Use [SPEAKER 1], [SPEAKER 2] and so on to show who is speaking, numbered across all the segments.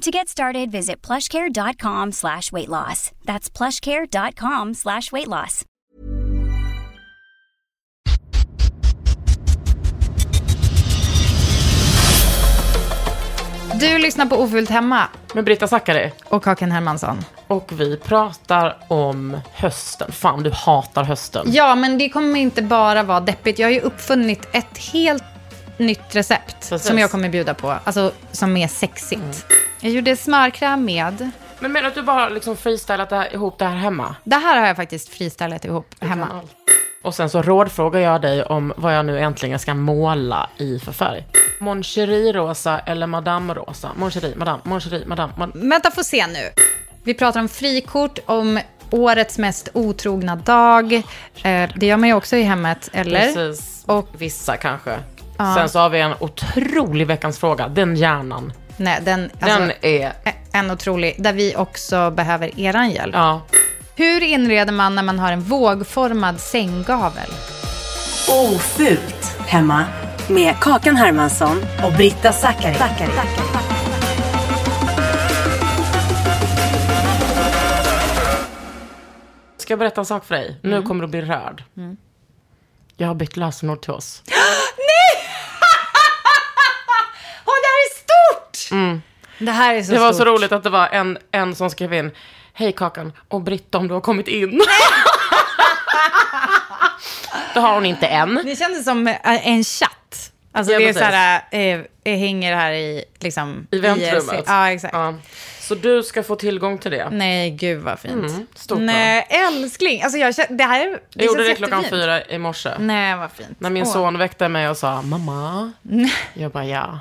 [SPEAKER 1] To get started, visit plushcare.com slash weight loss. That's plushcare.com slash weight loss.
[SPEAKER 2] Du lyssnar på Ofullt hemma
[SPEAKER 3] Med Britta Zackari.
[SPEAKER 2] och Kakan Hermansson.
[SPEAKER 3] Och vi pratar om hösten. Fan, du hatar hösten.
[SPEAKER 2] Ja, men det kommer inte bara vara deppigt. Jag har ju uppfunnit ett helt nytt recept
[SPEAKER 3] Precis. Mm.
[SPEAKER 2] som jag kommer bjuda på. Alltså, som är sexigt. Jag gjorde smörkräm med...
[SPEAKER 3] Men menar du att du bara liksom freestylat det här, ihop det här hemma?
[SPEAKER 2] Det här har jag faktiskt freestylat ihop hemma.
[SPEAKER 3] Och sen så rådfrågar jag dig om vad jag nu äntligen ska måla i för färg. Mon Cherie rosa eller Madame rosa? Mon Cherie, Madame, Mon Cherie, Madame. Mon...
[SPEAKER 2] Vänta, få se nu. Vi pratar om frikort, om årets mest otrogna dag. Eh, det gör man ju också i hemmet, eller?
[SPEAKER 3] Precis.
[SPEAKER 2] Och-
[SPEAKER 3] vissa kanske. Sen så har vi en otrolig veckans fråga, den hjärnan.
[SPEAKER 2] Nej, den, alltså,
[SPEAKER 3] den är,
[SPEAKER 2] e- en otrolig, där vi också behöver eran hjälp.
[SPEAKER 3] ja.
[SPEAKER 2] Hur inreder man när man har en vågformad sänggavel?
[SPEAKER 4] Ofult hemma med Kakan Hermansson och Britta Zackari.
[SPEAKER 3] Ska jag berätta en sak för dig?
[SPEAKER 2] Mm.
[SPEAKER 3] Nu kommer du bli rörd. Jag har bytt lösenord till oss.
[SPEAKER 2] Åh, det här är stort! Det här är så
[SPEAKER 3] Mm. Det var så
[SPEAKER 2] stort.
[SPEAKER 3] roligt att det var en, en som skrev in, hej Kakan, och Britta om du har kommit in. det har hon inte än.
[SPEAKER 2] Det kändes som eh, en chatt. Alltså
[SPEAKER 3] Ja,
[SPEAKER 2] det är så
[SPEAKER 3] precis.
[SPEAKER 2] här, eh, jag hänger här i liksom...
[SPEAKER 3] I väntrummet.
[SPEAKER 2] Ja, exakt.
[SPEAKER 3] Ja. Så du ska få tillgång till det.
[SPEAKER 2] Nej, gud vad fint.
[SPEAKER 3] Mm, stort va?
[SPEAKER 2] Nej, älskling. Alltså jag känner, det här är-
[SPEAKER 3] Jag gjorde
[SPEAKER 2] känns
[SPEAKER 3] det klockan
[SPEAKER 2] jättefint.
[SPEAKER 3] fyra i morse.
[SPEAKER 2] Nej, vad fint.
[SPEAKER 3] När min
[SPEAKER 2] Åh.
[SPEAKER 3] son väckte mig och sa, mamma. Jag bara, ja.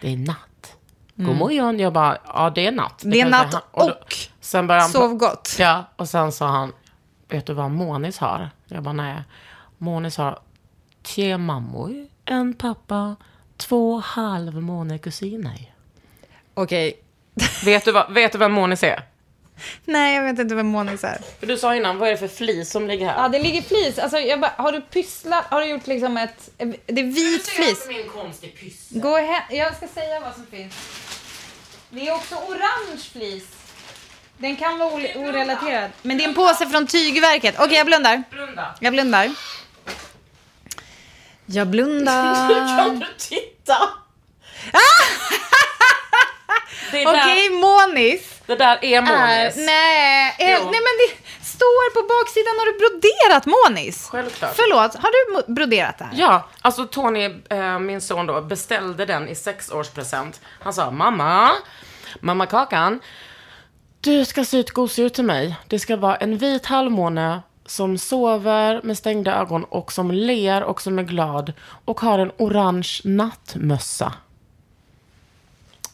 [SPEAKER 3] Det är natt. God morgon. Jag bara, ja det är natt.
[SPEAKER 2] Mm. Det är
[SPEAKER 3] kan jag
[SPEAKER 2] natt
[SPEAKER 3] säga. Han- då-
[SPEAKER 2] och
[SPEAKER 3] sen började han pra-
[SPEAKER 2] sov gott.
[SPEAKER 3] Ja, och sen sa han, vet du vad Monis har? Jag bara, nej. Monis har tre mammor, en pappa, två halvmånekusiner.
[SPEAKER 2] Okej.
[SPEAKER 3] Vet du, vad, vet du vem Monis är?
[SPEAKER 2] Nej, jag vet inte vad Monis är.
[SPEAKER 3] För Du sa innan, vad är det för flis som ligger här?
[SPEAKER 2] Ja, det ligger flis. Alltså, jag bara, har du pysslat? Har du gjort liksom ett... Det är vit flis.
[SPEAKER 3] min konstig pyss.
[SPEAKER 2] Gå hem. Jag ska säga vad som finns. Det är också orange flis. Den kan vara o- orelaterad. Men det är en påse från Tygverket. Okej, jag blundar.
[SPEAKER 3] Blunda.
[SPEAKER 2] Jag blundar. Jag blundar.
[SPEAKER 3] Kan du titta? det, där,
[SPEAKER 2] Okej, Äh, Monis.
[SPEAKER 3] det där är Monis.
[SPEAKER 2] Är, nej, eh, nej,
[SPEAKER 3] Jo.
[SPEAKER 2] men det står på baksidan har du broderat Monis.
[SPEAKER 3] Självklart.
[SPEAKER 2] Förlåt, har du mo- broderat det här?
[SPEAKER 3] Ja, alltså Tony, eh, min son då, beställde den i sexårspresent. Han sa, mamma, mamma Kakan, du ska sy ett gosedjur till mig. Det ska vara en vit halvmåne som sover med stängda ögon och som ler och som är glad och har en orange nattmössa.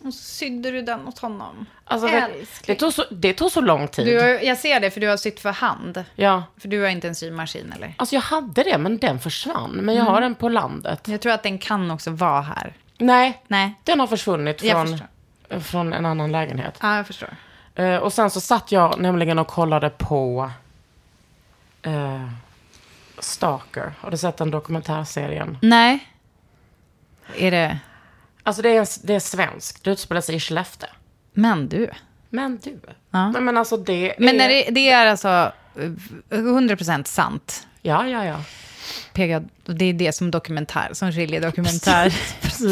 [SPEAKER 2] Och så sydde du den åt honom.
[SPEAKER 3] Alltså, det, det,
[SPEAKER 2] Älskling.
[SPEAKER 3] tog så, det tog så lång tid.
[SPEAKER 2] Du har, jag ser det, för du har sytt för hand.
[SPEAKER 3] Ja.
[SPEAKER 2] För du har inte en symaskin, eller?
[SPEAKER 3] Alltså jag hade det, men den försvann. Men
[SPEAKER 2] Mm.
[SPEAKER 3] jag har den på landet.
[SPEAKER 2] Jag tror att den kan också vara här.
[SPEAKER 3] Nej,
[SPEAKER 2] Nej.
[SPEAKER 3] den har försvunnit
[SPEAKER 2] Jag
[SPEAKER 3] från,
[SPEAKER 2] förstår.
[SPEAKER 3] från en annan lägenhet.
[SPEAKER 2] Ja, jag förstår.
[SPEAKER 3] Eh, och sen så satt jag nämligen och kollade på eh, Stalker? Har du sett den dokumentärserien?
[SPEAKER 2] Nej. Är det...
[SPEAKER 3] Alltså det är, det är svensk. Det utspelar sig i Skellefteå.
[SPEAKER 2] Men du.
[SPEAKER 3] Men du.
[SPEAKER 2] Ja.
[SPEAKER 3] Nej, men alltså det
[SPEAKER 2] Men när
[SPEAKER 3] är...
[SPEAKER 2] det, det är alltså eh, 100% sant.
[SPEAKER 3] Ja, ja, ja.
[SPEAKER 2] PG, det är det som dokumentär, som skiljer dokumentär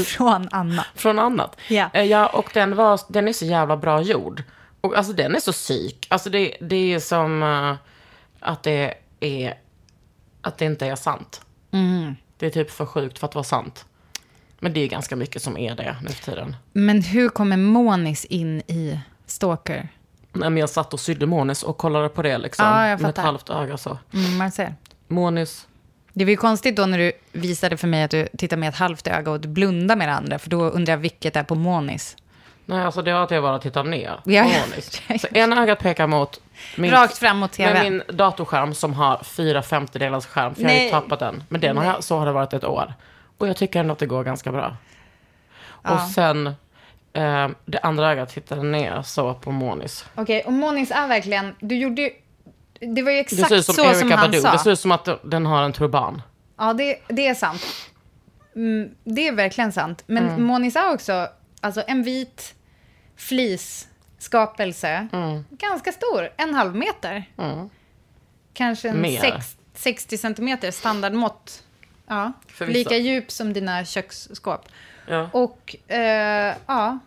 [SPEAKER 2] från Anna.
[SPEAKER 3] Från annat.
[SPEAKER 2] Ja.
[SPEAKER 3] Eh, ja och den, var, den är så jävla bra gjord. Och alltså den är så psyk. Alltså det, det är som eh, att det är, att det inte är sant.
[SPEAKER 2] Mm.
[SPEAKER 3] Det är typ för sjukt för att vara sant. Men det är ganska mycket som är det nu för tiden.
[SPEAKER 2] Men hur kommer Monis in i Stalker?
[SPEAKER 3] Nej, men jag satt och sydde Monis och kollade på det liksom.
[SPEAKER 2] Ja, jag
[SPEAKER 3] med ett
[SPEAKER 2] fattar.
[SPEAKER 3] halvt öga så.
[SPEAKER 2] Mm, man ser.
[SPEAKER 3] Monis.
[SPEAKER 2] Det var ju konstigt då när du visade för mig att du tittar med ett halvt öga och du blundar med det andra, för då undrar jag vilket är på Monis.
[SPEAKER 3] Nej, alltså det var att jag bara tittar ner.
[SPEAKER 2] Ja.
[SPEAKER 3] på Monis. Så ena ögat pekar mot... Min,
[SPEAKER 2] Rakt fram mot
[SPEAKER 3] med
[SPEAKER 2] tvn.
[SPEAKER 3] min datorskärm som har fyra femtedelars skärm, för jag har ju
[SPEAKER 2] Nej.
[SPEAKER 3] tappat den. Men den har jag, så har det varit ett år. Och jag tycker ändå att det går ganska bra. Och sen, eh, det andra ögat tittade ner så på Monis.
[SPEAKER 2] Okej, och Monis är verkligen, du gjorde ju, det var ju
[SPEAKER 3] Det
[SPEAKER 2] exakt
[SPEAKER 3] ser ut
[SPEAKER 2] så
[SPEAKER 3] som
[SPEAKER 2] som
[SPEAKER 3] Erika
[SPEAKER 2] han
[SPEAKER 3] Badu.
[SPEAKER 2] sa.
[SPEAKER 3] Det ser ut som att den har en turban.
[SPEAKER 2] Ja, det, det är sant. Mm, det är verkligen sant. Men
[SPEAKER 3] Mm.
[SPEAKER 2] Monis är också alltså, en vit flisskapelse.
[SPEAKER 3] Mm.
[SPEAKER 2] Ganska stor, en halv meter. Kanske en
[SPEAKER 3] Mer.
[SPEAKER 2] sex, 60 centimeter standardmått. Ja.
[SPEAKER 3] Förvisso.
[SPEAKER 2] Lika djup som dina köksskåp.
[SPEAKER 3] Ja.
[SPEAKER 2] Och eh, ja,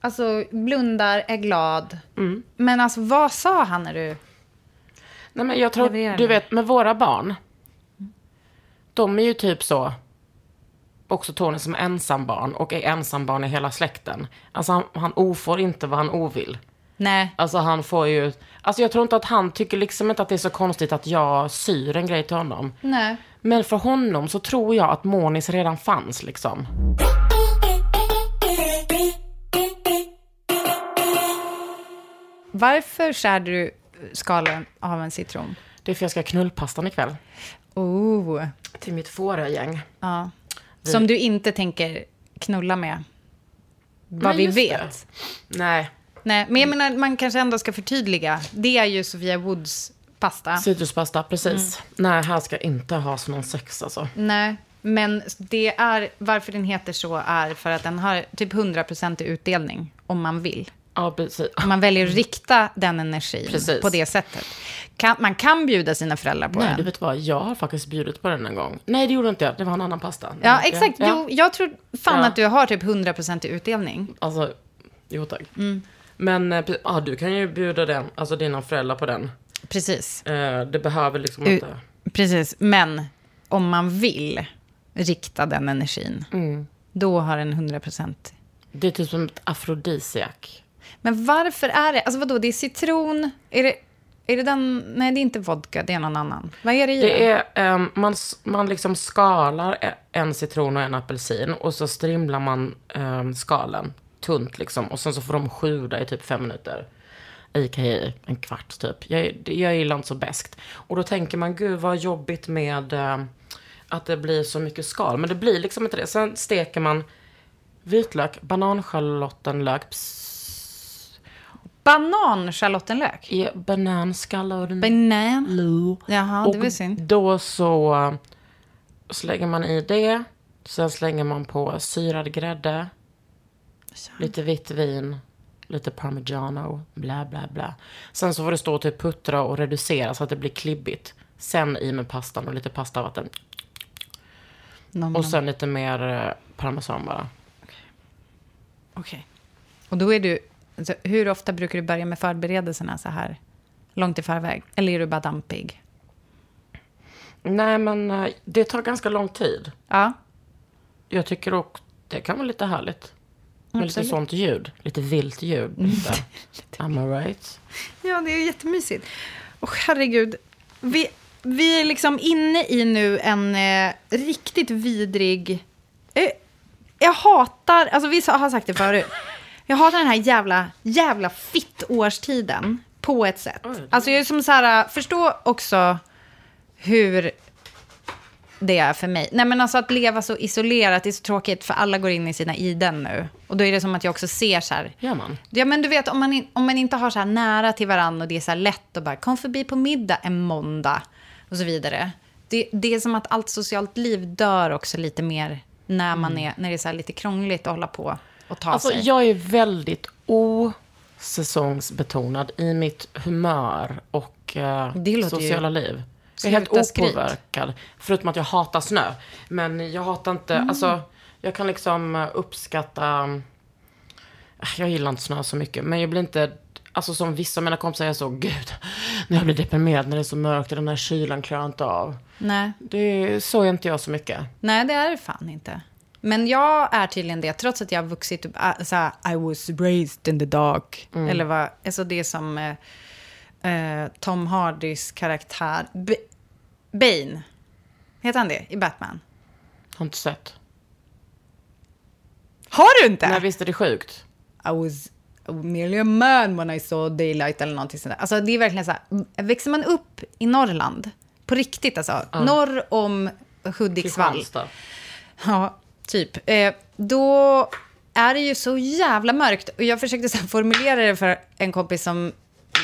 [SPEAKER 2] alltså blundar, är glad.
[SPEAKER 3] Mm.
[SPEAKER 2] Men alltså vad sa han när du...
[SPEAKER 3] Nej, men jag tror,
[SPEAKER 2] Levererar.
[SPEAKER 3] du vet, med våra barn. De är ju typ så, också Tony som är ensambarn och är ensambarn i hela släkten. Alltså han, han ofår inte vad han ovill.
[SPEAKER 2] Nej.
[SPEAKER 3] Alltså han får ju, alltså jag tror inte att han tycker liksom inte att det är så konstigt att jag syr en grej till honom.
[SPEAKER 2] Nej.
[SPEAKER 3] Men för honom så tror jag att Monis redan fanns liksom.
[SPEAKER 2] Varför skär du skalen av en citron?
[SPEAKER 3] Det är för jag ska ha knullpastan ikväll.
[SPEAKER 2] Oh.
[SPEAKER 3] Till mitt fårögäng.
[SPEAKER 2] Ja. Som du inte tänker knulla med.
[SPEAKER 3] Nej,
[SPEAKER 2] Vad vi
[SPEAKER 3] just Mm.
[SPEAKER 2] vet.
[SPEAKER 3] Nej.
[SPEAKER 2] Nej, men jag menar, man kanske ändå ska förtydliga. Det är ju Sofia Woods pasta.
[SPEAKER 3] Citruspasta, precis. Nej, här ska jag inte ha som någon sex alltså.
[SPEAKER 2] Nej, men det är, varför den heter så är för att den har typ 100% i utdelning om man vill.
[SPEAKER 3] Ja, precis.
[SPEAKER 2] Om Man väljer att rikta den energin
[SPEAKER 3] Precis.
[SPEAKER 2] på det sättet. Kan, man kan bjuda sina föräldrar på
[SPEAKER 3] Nej, du
[SPEAKER 2] den.
[SPEAKER 3] vet vad, jag har faktiskt bjudit på den en gång. Nej, det gjorde inte jag. Det var en annan pasta. eh,
[SPEAKER 2] Ja, exakt.
[SPEAKER 3] Ja.
[SPEAKER 2] Jo, jag tror fan
[SPEAKER 3] Ja.
[SPEAKER 2] att du har typ 100% i utdelning.
[SPEAKER 3] Alltså, jo tack. Men eh, pre- ja, du kan ju bjuda den, alltså dina föräldrar på den.
[SPEAKER 2] Precis.
[SPEAKER 3] Eh, det behöver liksom
[SPEAKER 2] U-
[SPEAKER 3] inte...
[SPEAKER 2] Precis, men om man vill rikta den energin,
[SPEAKER 3] Mm.
[SPEAKER 2] då har den 100%.
[SPEAKER 3] Det är typ som ett afrodisiak.
[SPEAKER 2] Men varför är det, alltså vadå, det är citron, är det, är det den, nej det är inte vodka, det är någon annan. Vad är det i den?
[SPEAKER 3] Det är, ehm, man, s- man liksom skalar e- en citron och en apelsin och så strimlar man ehm, skalen tunt liksom och sen så får de sjuda i typ fem minuter. A.k.a. en kvart typ. Jag, det- jag gillar inte så bäst. Och då tänker man, gud vad jobbigt med ehm, att det blir så mycket skal. Men det blir liksom inte det. Sen steker man vitlök, bananschalottenlök, ps-
[SPEAKER 2] Banan, schalottenlök?
[SPEAKER 3] ja, bananskalotten.
[SPEAKER 2] Banan?
[SPEAKER 3] Lou.
[SPEAKER 2] Jaha,
[SPEAKER 3] och
[SPEAKER 2] det var synd.
[SPEAKER 3] då så slänger man i det. Sen slänger man på syrad grädde. Lite vitt vin. Lite parmigiano. Bla, bla, bla. Sen så får det stå och typ puttra och reducera så att det blir klibbigt. Sen i med pastan och lite pastavatten.
[SPEAKER 2] Nom,
[SPEAKER 3] Och
[SPEAKER 2] nom.
[SPEAKER 3] sen lite mer eh, parmesan bara.
[SPEAKER 2] Okej. Och då är du, alltså, hur ofta brukar du börja med förberedelserna så här långt i förväg? Eller är du bara dampig?
[SPEAKER 3] Nej, men eh, det tar ganska lång tid.
[SPEAKER 2] Ja,
[SPEAKER 3] Jag tycker också det kan vara lite härligt. Med lite sånt ljud. Lite vilt ljud. Lite. Am I right?
[SPEAKER 2] Ja, det är jättemysigt. Och herregud, vi, vi är liksom inne i nu en eh, riktigt vidrig... Eh, jag hatar, alltså vi sa- har sagt det förut, jag hatar den här jävla, jävla fittårstiden på ett sätt. Alltså jag är som så här, eh, förstå också hur det är för mig. Nej men alltså att leva så isolerat, det är så tråkigt för alla går in i sina iden nu. Och då är det som att jag också ser så här,
[SPEAKER 3] Gör man?
[SPEAKER 2] Ja, men du vet, om man, in, om man inte har så här nära till varandra och det är så här lätt att bara kom förbi på middag en måndag och så vidare. det, det är som att allt socialt liv dör också lite mer när, man är, när det är så här lite krångligt att hålla på och ta
[SPEAKER 3] Mm. Alltså,
[SPEAKER 2] sig.
[SPEAKER 3] jag är väldigt osäsongsbetonad i mitt humör och eh,
[SPEAKER 2] Det låter ju-
[SPEAKER 3] sociala liv. Jag är helt
[SPEAKER 2] Sluta skryt.
[SPEAKER 3] opåverkad. Förutom att jag hatar snö. Men jag hatar inte,
[SPEAKER 2] Mm.
[SPEAKER 3] alltså, jag kan liksom eh, uppskatta, eh, jag gillar inte snö så mycket, men jag blir inte, alltså som vissa av mina kompisar är så, gud, när jag blir deprimerad, när det är så mörkt och den här kylan klarar jag inte av.
[SPEAKER 2] Nej.
[SPEAKER 3] Det, så är inte jag så mycket.
[SPEAKER 2] Nej, det är det fan inte. Men jag är tydligen det, trots att jag har vuxit upp... ah, Så här, I was raised in the dark.
[SPEAKER 3] Mm.
[SPEAKER 2] Eller vad... Alltså det som eh, eh, Tom Hardys karaktär... B- Bane. Heter han det i Batman?
[SPEAKER 3] Har inte sett.
[SPEAKER 2] Har du inte?
[SPEAKER 3] Nej, visst är det sjukt?
[SPEAKER 2] I was merely a man when I saw daylight eller någonting sånt där. Alltså det är verkligen så här, m- växer man upp i Norrland, på riktigt alltså, norr om Hudiksvall.
[SPEAKER 3] Kristianstad.
[SPEAKER 2] Ja, typ. Eh, då är det ju så jävla mörkt. Och jag försökte så här formulera det för en kompis som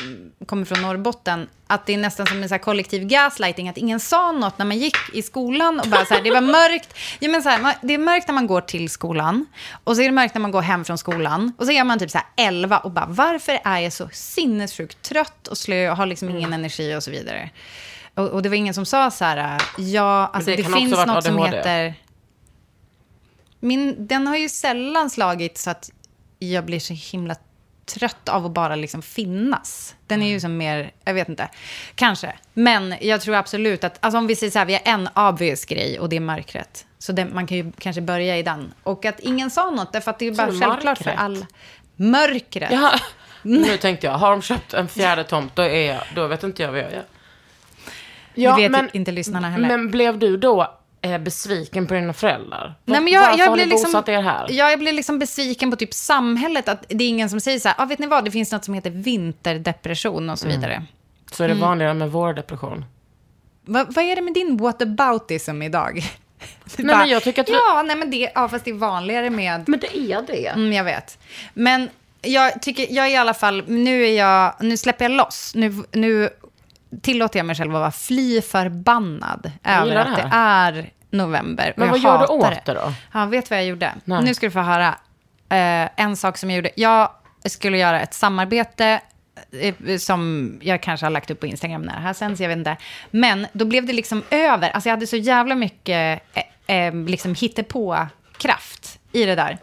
[SPEAKER 2] mm, kommer från Norrbotten, att det är nästan som en så här kollektiv gaslighting, att ingen sa något när man gick i skolan och bara så här, det var mörkt. Ja, men så här, man- det är mörkt när man går till skolan och så är det mörkt när man går hem från skolan och så är man typ så här 11 och bara varför är jag så sinnessjukt trött och slö och har liksom ingen
[SPEAKER 3] Mm.
[SPEAKER 2] energi och så vidare. Och, och det var ingen som sa så här, ja, alltså
[SPEAKER 3] det
[SPEAKER 2] det,
[SPEAKER 3] kan också
[SPEAKER 2] finns
[SPEAKER 3] varit
[SPEAKER 2] något som
[SPEAKER 3] ADHD.
[SPEAKER 2] heter... Min, den har ju sällan slagit så att jag blir så himla trött av att bara liksom finnas. Den
[SPEAKER 3] Mm.
[SPEAKER 2] är ju som mer, jag vet inte, kanske. Men jag tror absolut att, alltså om vi säger så här, vi har en obvious grej och det är mörkret. Så det, man kan ju kanske börja i den. Och att ingen sa något, därför att det är ju bara
[SPEAKER 3] Så
[SPEAKER 2] självklart för
[SPEAKER 3] mörkret?
[SPEAKER 2] alla. Mörkret.
[SPEAKER 3] Ja, Mm. nu tänkte jag, har de köpt en fjärde tomt, då, är jag, då vet inte jag vad jag gör.
[SPEAKER 2] Det vet inte lyssnarna heller.
[SPEAKER 3] Men blev du då eh, besviken på dina föräldrar?
[SPEAKER 2] Nej,
[SPEAKER 3] Var-
[SPEAKER 2] men jag,
[SPEAKER 3] Varför
[SPEAKER 2] jag
[SPEAKER 3] har
[SPEAKER 2] blir
[SPEAKER 3] ni
[SPEAKER 2] liksom,
[SPEAKER 3] bosatt er här?
[SPEAKER 2] Ja, jag blir liksom besviken på typ samhället. Att det är ingen som säger så här, ah, vet ni vad, det finns något som heter vinterdepression och så
[SPEAKER 3] Mm.
[SPEAKER 2] vidare.
[SPEAKER 3] Så är det
[SPEAKER 2] Mm.
[SPEAKER 3] vanligare med vår depression.
[SPEAKER 2] Va, vad är det med din whataboutism idag? Nej,
[SPEAKER 3] men jag tycker att vi-
[SPEAKER 2] Ja, nej, men det, ja, fast det är vanligare med...
[SPEAKER 3] Men det är det.
[SPEAKER 2] Mm, jag vet. Men jag tycker, jag är i alla fall, nu är jag, nu släpper jag loss. Nu, nu tillåter jag mig själv att vara fly förbannad över
[SPEAKER 3] gillar
[SPEAKER 2] att
[SPEAKER 3] det
[SPEAKER 2] det är november. och
[SPEAKER 3] Men
[SPEAKER 2] jag
[SPEAKER 3] vad gör du
[SPEAKER 2] hatar
[SPEAKER 3] åt det då?
[SPEAKER 2] Ja, vet du vad jag gjorde?
[SPEAKER 3] Nej.
[SPEAKER 2] Nu ska du få höra eh, en sak som jag gjorde. Jag skulle göra ett samarbete eh, som jag kanske har lagt upp på Instagram när det här sänds, jag vet inte. Men då blev det liksom över. Alltså jag hade så jävla mycket eh, eh, liksom hittepå-kraft i det där.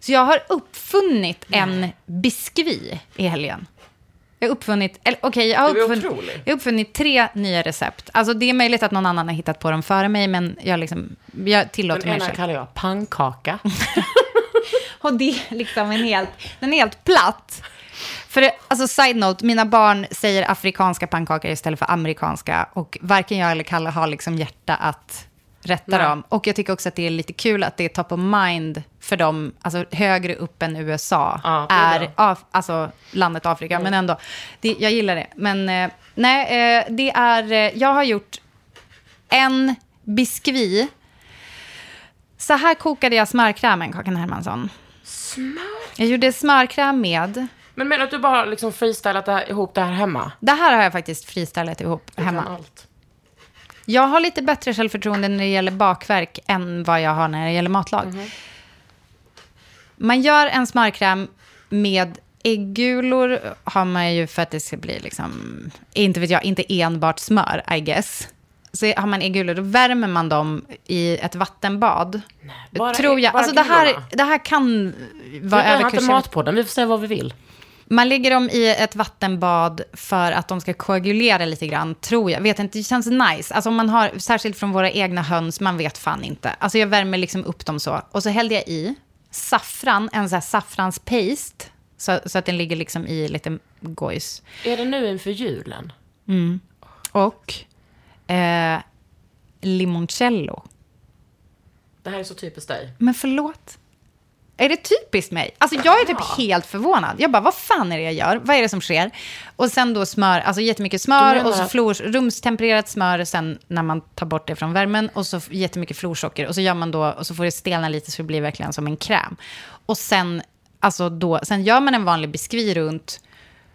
[SPEAKER 2] Så jag har uppfunnit
[SPEAKER 3] Mm.
[SPEAKER 2] en biskvi i helgen. Jag har uppfunnit, eller okej, jag, har
[SPEAKER 3] Du är
[SPEAKER 2] uppfunnit-
[SPEAKER 3] otrolig.
[SPEAKER 2] jag har uppfunnit tre nya recept. Alltså det är möjligt att någon annan har hittat på dem före mig, men jag, liksom, jag tillåter
[SPEAKER 3] Den
[SPEAKER 2] mig
[SPEAKER 3] ena
[SPEAKER 2] själv.
[SPEAKER 3] kallar jag pannkaka.
[SPEAKER 2] Och det är liksom en helt, den är helt platt. För det- alltså side note, mina barn säger afrikanska pannkakor istället för amerikanska och varken jag eller Kalle har liksom hjärta att rätta
[SPEAKER 3] Nej.
[SPEAKER 2] dem. Och jag tycker också att det är lite kul att det är top of mind för dem, alltså högre upp än USA
[SPEAKER 3] Ja, det är
[SPEAKER 2] är
[SPEAKER 3] bra. Mm.
[SPEAKER 2] af, alltså landet Afrika, men ändå. Det, jag gillar det. Men eh, nej, eh, det är, eh, jag har gjort en biskvi. Så här kokade jag smörkrämen, Kakan Hermansson. Jag gjorde smörkräm med...
[SPEAKER 3] Men menar du att du bara liksom freestylat det här, ihop det här hemma?
[SPEAKER 2] Det här har jag faktiskt freestylat ihop
[SPEAKER 3] Du kan
[SPEAKER 2] hemma.
[SPEAKER 3] Allt.
[SPEAKER 2] Jag har lite bättre självförtroende när det gäller bakverk än vad jag har när det gäller matlag.
[SPEAKER 3] Mhm.
[SPEAKER 2] Man gör en smörkräm med äggulor, har man ju för att det ska bli liksom, inte vet jag, inte enbart smör, I guess. Så har man äggulor, då värmer man dem i ett vattenbad.
[SPEAKER 3] bara-
[SPEAKER 2] tror jag.
[SPEAKER 3] bara
[SPEAKER 2] Alltså det här,
[SPEAKER 3] gulorna?
[SPEAKER 2] det här kan
[SPEAKER 3] Vi
[SPEAKER 2] vara
[SPEAKER 3] behöver
[SPEAKER 2] över
[SPEAKER 3] inte
[SPEAKER 2] kursen.
[SPEAKER 3] matpodden, vi får säga vad vi vill.
[SPEAKER 2] Man lägger dem i ett vattenbad för att de ska koagulera lite grann, tror jag. Vet inte, det känns nice. Alltså om man har, särskilt från våra egna höns, man vet fan inte. Alltså jag värmer liksom upp dem så. Och så hällde jag i saffran, en sån här saffranspaste. Så, så att den ligger liksom i lite gojs.
[SPEAKER 3] Är det nu inför julen?
[SPEAKER 2] Och eh, limoncello.
[SPEAKER 3] Det här är så typiskt dig.
[SPEAKER 2] Men förlåt. Är det typiskt mig? Alltså jag är typ helt förvånad. Jag bara, vad fan är det jag gör? Vad är det som sker? Och sen då smör, alltså jättemycket
[SPEAKER 3] Du
[SPEAKER 2] smör
[SPEAKER 3] menar
[SPEAKER 2] och så
[SPEAKER 3] att-
[SPEAKER 2] flor, rumstempererat smör sen när man tar bort det från värmen och så f- jättemycket florsocker och så gör man då och så får det stelna lite så det blir verkligen som en kräm. Och sen, alltså då, sen gör man en vanlig biskvi runt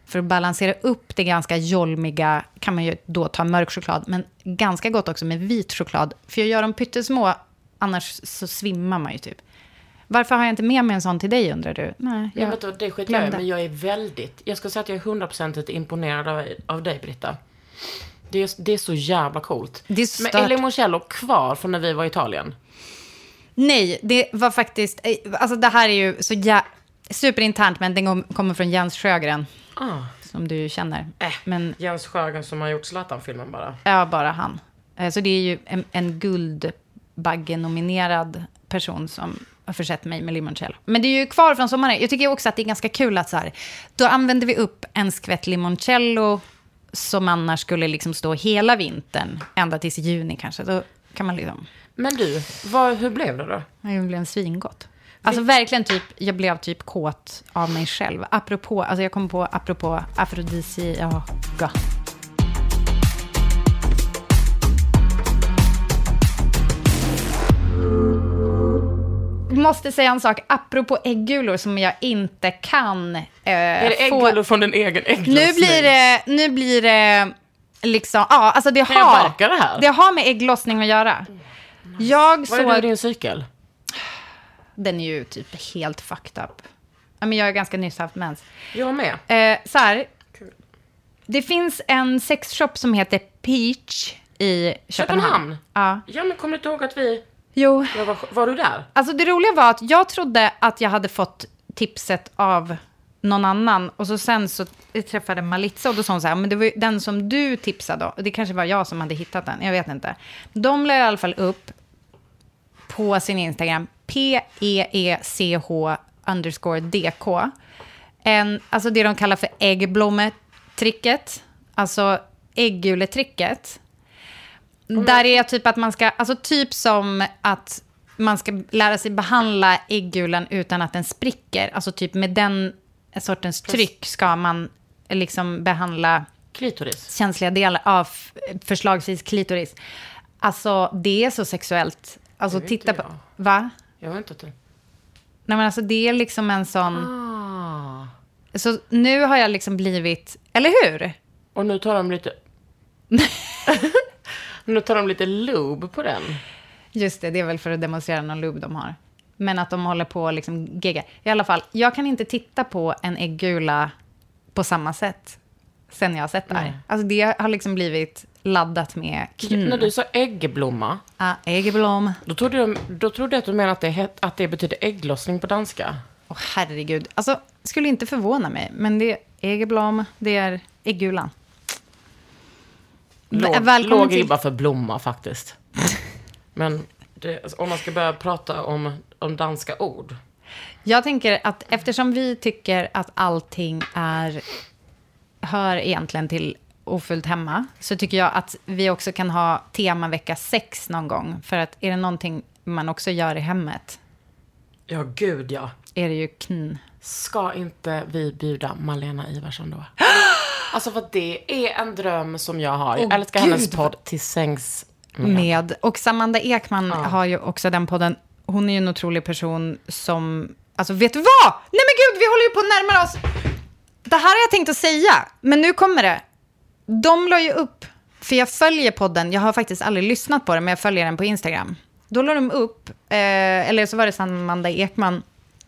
[SPEAKER 2] För att balansera upp det ganska jolmiga kan man ju då ta mörk choklad, men ganska gott också med vit choklad. För jag gör dem pyttesmå, annars så svimmar man ju typ. Varför har jag inte med mig en sån till dig undrar du? Nej,
[SPEAKER 3] Ja, men då, det skiter jag i,
[SPEAKER 2] glömde.
[SPEAKER 3] men jag är väldigt, jag ska säga att jag är hundraprocentigt imponerad av, av dig Britta. Det är, det är så jävla coolt.
[SPEAKER 2] Det är
[SPEAKER 3] men
[SPEAKER 2] stört.
[SPEAKER 3] är limoncello kvar från när vi var i Italien?
[SPEAKER 2] Nej, det var faktiskt... eh, Alltså det här är ju så jä... superinternt, men den kom- kommer från Jens Sjögren. Som du ju känner. Äh,
[SPEAKER 3] Äh.
[SPEAKER 2] Men
[SPEAKER 3] Jens Sjögren som har gjort Zlatan-filmen bara.
[SPEAKER 2] ja, bara han. Eh, Så det är ju en, en Guldbagge-nominerad person som har försett mig med limoncello. Men det är ju kvar från sommaren. Jag tycker också att det är ganska kul att så här, då använder vi upp en skvätt limoncello som annars skulle liksom stå hela vintern, ända tills juni kanske. Då kan man liksom...
[SPEAKER 3] Men du, vad, hur blev det då?
[SPEAKER 2] Nej, Det blev svingott. Alltså verkligen typ, jag blev typ kåt av mig själv. Apropå, alltså jag kom på apropå afrodisiaka. Måste säga en sak apropå äggulor som jag inte kan eh,
[SPEAKER 3] Är det
[SPEAKER 2] få.
[SPEAKER 3] äggulor från din egen ägglossning?
[SPEAKER 2] Nu blir det, nu blir det liksom, ja alltså det
[SPEAKER 3] jag
[SPEAKER 2] har,
[SPEAKER 3] baka det här?
[SPEAKER 2] har med ägglossning att göra. Jag
[SPEAKER 3] Vad är det i
[SPEAKER 2] såg
[SPEAKER 3] din cykel?
[SPEAKER 2] den är ju typ helt fucked up. Ja, men jag har ganska nyss haft mens.
[SPEAKER 3] Jag med.
[SPEAKER 2] Eh, så här. Det finns en sexshop som heter Peach i Köpenhamn.
[SPEAKER 3] Köpenhamn?
[SPEAKER 2] Ja.
[SPEAKER 3] Ja, men kommer du inte ihåg att vi...
[SPEAKER 2] Jo.
[SPEAKER 3] Jag var, var du där?
[SPEAKER 2] Alltså det roliga var att jag trodde att jag hade fått tipset av någon annan. Och så sen så träffade Malitza och då sa hon så här, men det var ju den som du tipsade om. Och Det kanske var jag som hade hittat den, jag vet inte. De la i alla fall upp på sin Instagram, E P-E-E-C-H underscore DK. En, alltså det de kallar för äggblomme-tricket, alltså ägguletricket. Där är typ att man ska, alltså typ som att man ska lära sig behandla äggulan utan att den spricker. Alltså typ med den sortens tryck ska man liksom behandla
[SPEAKER 3] Klitoris.
[SPEAKER 2] känsliga delar av förslagsvis klitoris. Alltså det är så sexuellt. Alltså
[SPEAKER 3] vet
[SPEAKER 2] titta
[SPEAKER 3] inte
[SPEAKER 2] på,
[SPEAKER 3] jag.
[SPEAKER 2] va?
[SPEAKER 3] Jag vet inte. att du-
[SPEAKER 2] Nej men alltså det är liksom en sån,
[SPEAKER 3] Ah.
[SPEAKER 2] så nu har jag liksom blivit, eller hur?
[SPEAKER 3] Och nu tar de lite... nu tar de lite lube på den.
[SPEAKER 2] Just det, det är väl för att demonstrera någon lub de har. Men att de håller på och liksom gegga. I alla fall, jag kan inte titta på en äggula på samma sätt sen jag har sett det här. Alltså det har liksom blivit laddat med kn...
[SPEAKER 3] När du sa äggblomma,
[SPEAKER 2] Ah, äggblom.
[SPEAKER 3] då trodde jag, då trodde jag att du menade att det, het, att det betyder ägglossning på danska.
[SPEAKER 2] Åh herregud. Alltså, skulle inte förvåna mig, men det är äggblom, det är äggulan. V-
[SPEAKER 3] Låg,
[SPEAKER 2] välkommen
[SPEAKER 3] låg
[SPEAKER 2] till-
[SPEAKER 3] ribba för blomma faktiskt. Men det, alltså, om man ska börja prata om, om danska ord.
[SPEAKER 2] Jag tänker att eftersom vi tycker att allting är, hör egentligen till ofullt hemma, så tycker jag att vi också kan ha tema vecka sex någon gång. För att är det någonting man också gör i hemmet,
[SPEAKER 3] Ja, gud ja.
[SPEAKER 2] är det ju kn.
[SPEAKER 3] Ska inte vi bjuda Malena Ivarsson då? Alltså för att det är en dröm som jag har. Jag
[SPEAKER 2] Åh,
[SPEAKER 3] älskar
[SPEAKER 2] gud,
[SPEAKER 3] hennes podd Till sängs.
[SPEAKER 2] med. Och Samanda Ekman har ju också den podden. Hon är ju en otrolig person som... Alltså, vet du vad? Nej men gud, vi håller ju på att närma oss... Det här har jag tänkt att säga, men nu kommer det. De la ju upp, för jag följer podden, jag har faktiskt aldrig lyssnat på den, men jag följer den på Instagram. Då la de upp, eh, eller så var det Samanda Ekman,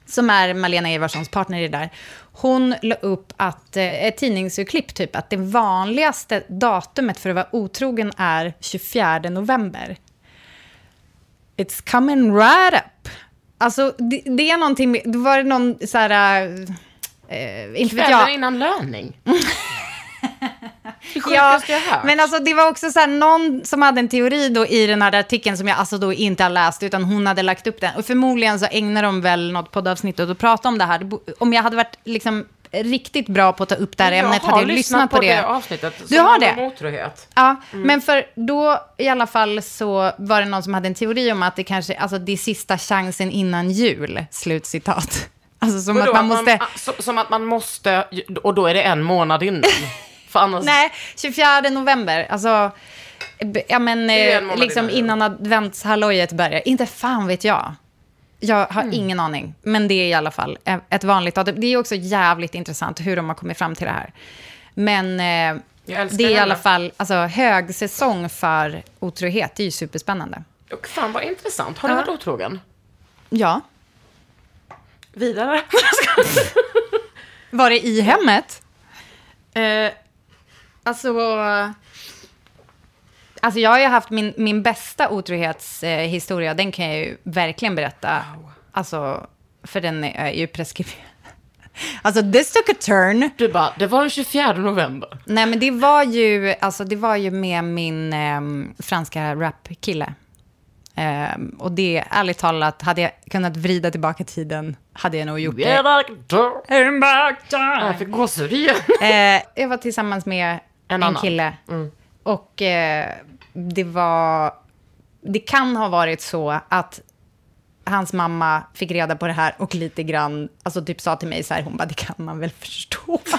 [SPEAKER 2] som är Malena Ivarssons partner i det där. Hon la upp att, eh, ett tidningsurklipp, typ, att det vanligaste datumet för att vara otrogen är 24 november. It's coming right up. Alltså, det, det är någonting, med- var det någon så här... Eh, inte vet jag.
[SPEAKER 3] Kvällen innan löning. Det sjukaste jag hört.
[SPEAKER 2] men alltså det var också så här, någon som hade en teori då i den här artikeln som jag alltså då inte har läst, utan hon hade lagt upp den. Och förmodligen så ägnar de väl något poddavsnitt åt att prata om det här. Det bo- Om jag hade varit liksom riktigt bra på att ta upp det här ämnet hade jag lyssnat på det.
[SPEAKER 3] avsnittet. Mm. som
[SPEAKER 2] Du har
[SPEAKER 3] handlar om
[SPEAKER 2] det?
[SPEAKER 3] otrohet.
[SPEAKER 2] Ja, men för då i alla fall så var det någon som hade en teori om att det kanske, alltså det är sista chansen innan jul, slutcitat. Alltså som
[SPEAKER 3] Vadå,
[SPEAKER 2] att man måste...
[SPEAKER 3] ah, så, som att man måste, och då är det en månad innan. För annars,
[SPEAKER 2] Nej, 24 november. Alltså, b- ja men
[SPEAKER 3] är en
[SPEAKER 2] eh,
[SPEAKER 3] månad
[SPEAKER 2] liksom
[SPEAKER 3] innan jul.
[SPEAKER 2] innan adventshallojet börjar. Inte fan vet jag. Jag har ingen aning, men det är i alla fall e- ett vanligt datum. Det är också jävligt intressant hur de har kommit fram till det här. Men eh,
[SPEAKER 3] Jag älskar
[SPEAKER 2] det är i
[SPEAKER 3] henne.
[SPEAKER 2] alla fall alltså, högsäsong för otrohet. Det är ju superspännande.
[SPEAKER 3] Och fan vad intressant. Har du varit otrogen?
[SPEAKER 2] Ja.
[SPEAKER 3] Vidare.
[SPEAKER 2] Var det i hemmet?
[SPEAKER 5] Eh, alltså,
[SPEAKER 2] Alltså jag har ju haft min, min bästa otrohetshistoria, eh, historia. den kan jag ju verkligen berätta. Alltså, för den är ju preskriberad. Alltså, this took a turn.
[SPEAKER 3] Du bara, det var den 24 november.
[SPEAKER 2] Nej, men det var ju, alltså, det var ju med min ehm, franska rapkille. Ehm, och det, ärligt talat, hade jag kunnat vrida tillbaka tiden hade jag nog gjort det.
[SPEAKER 3] Jag fick gåshud igen.
[SPEAKER 2] Eh, jag var tillsammans med en,
[SPEAKER 3] annan.
[SPEAKER 2] kille. Och eh, det var... Det kan ha varit så att hans mamma fick reda på det här och lite grann, alltså typ sa till mig så här, hon bara, det kan man väl förstå.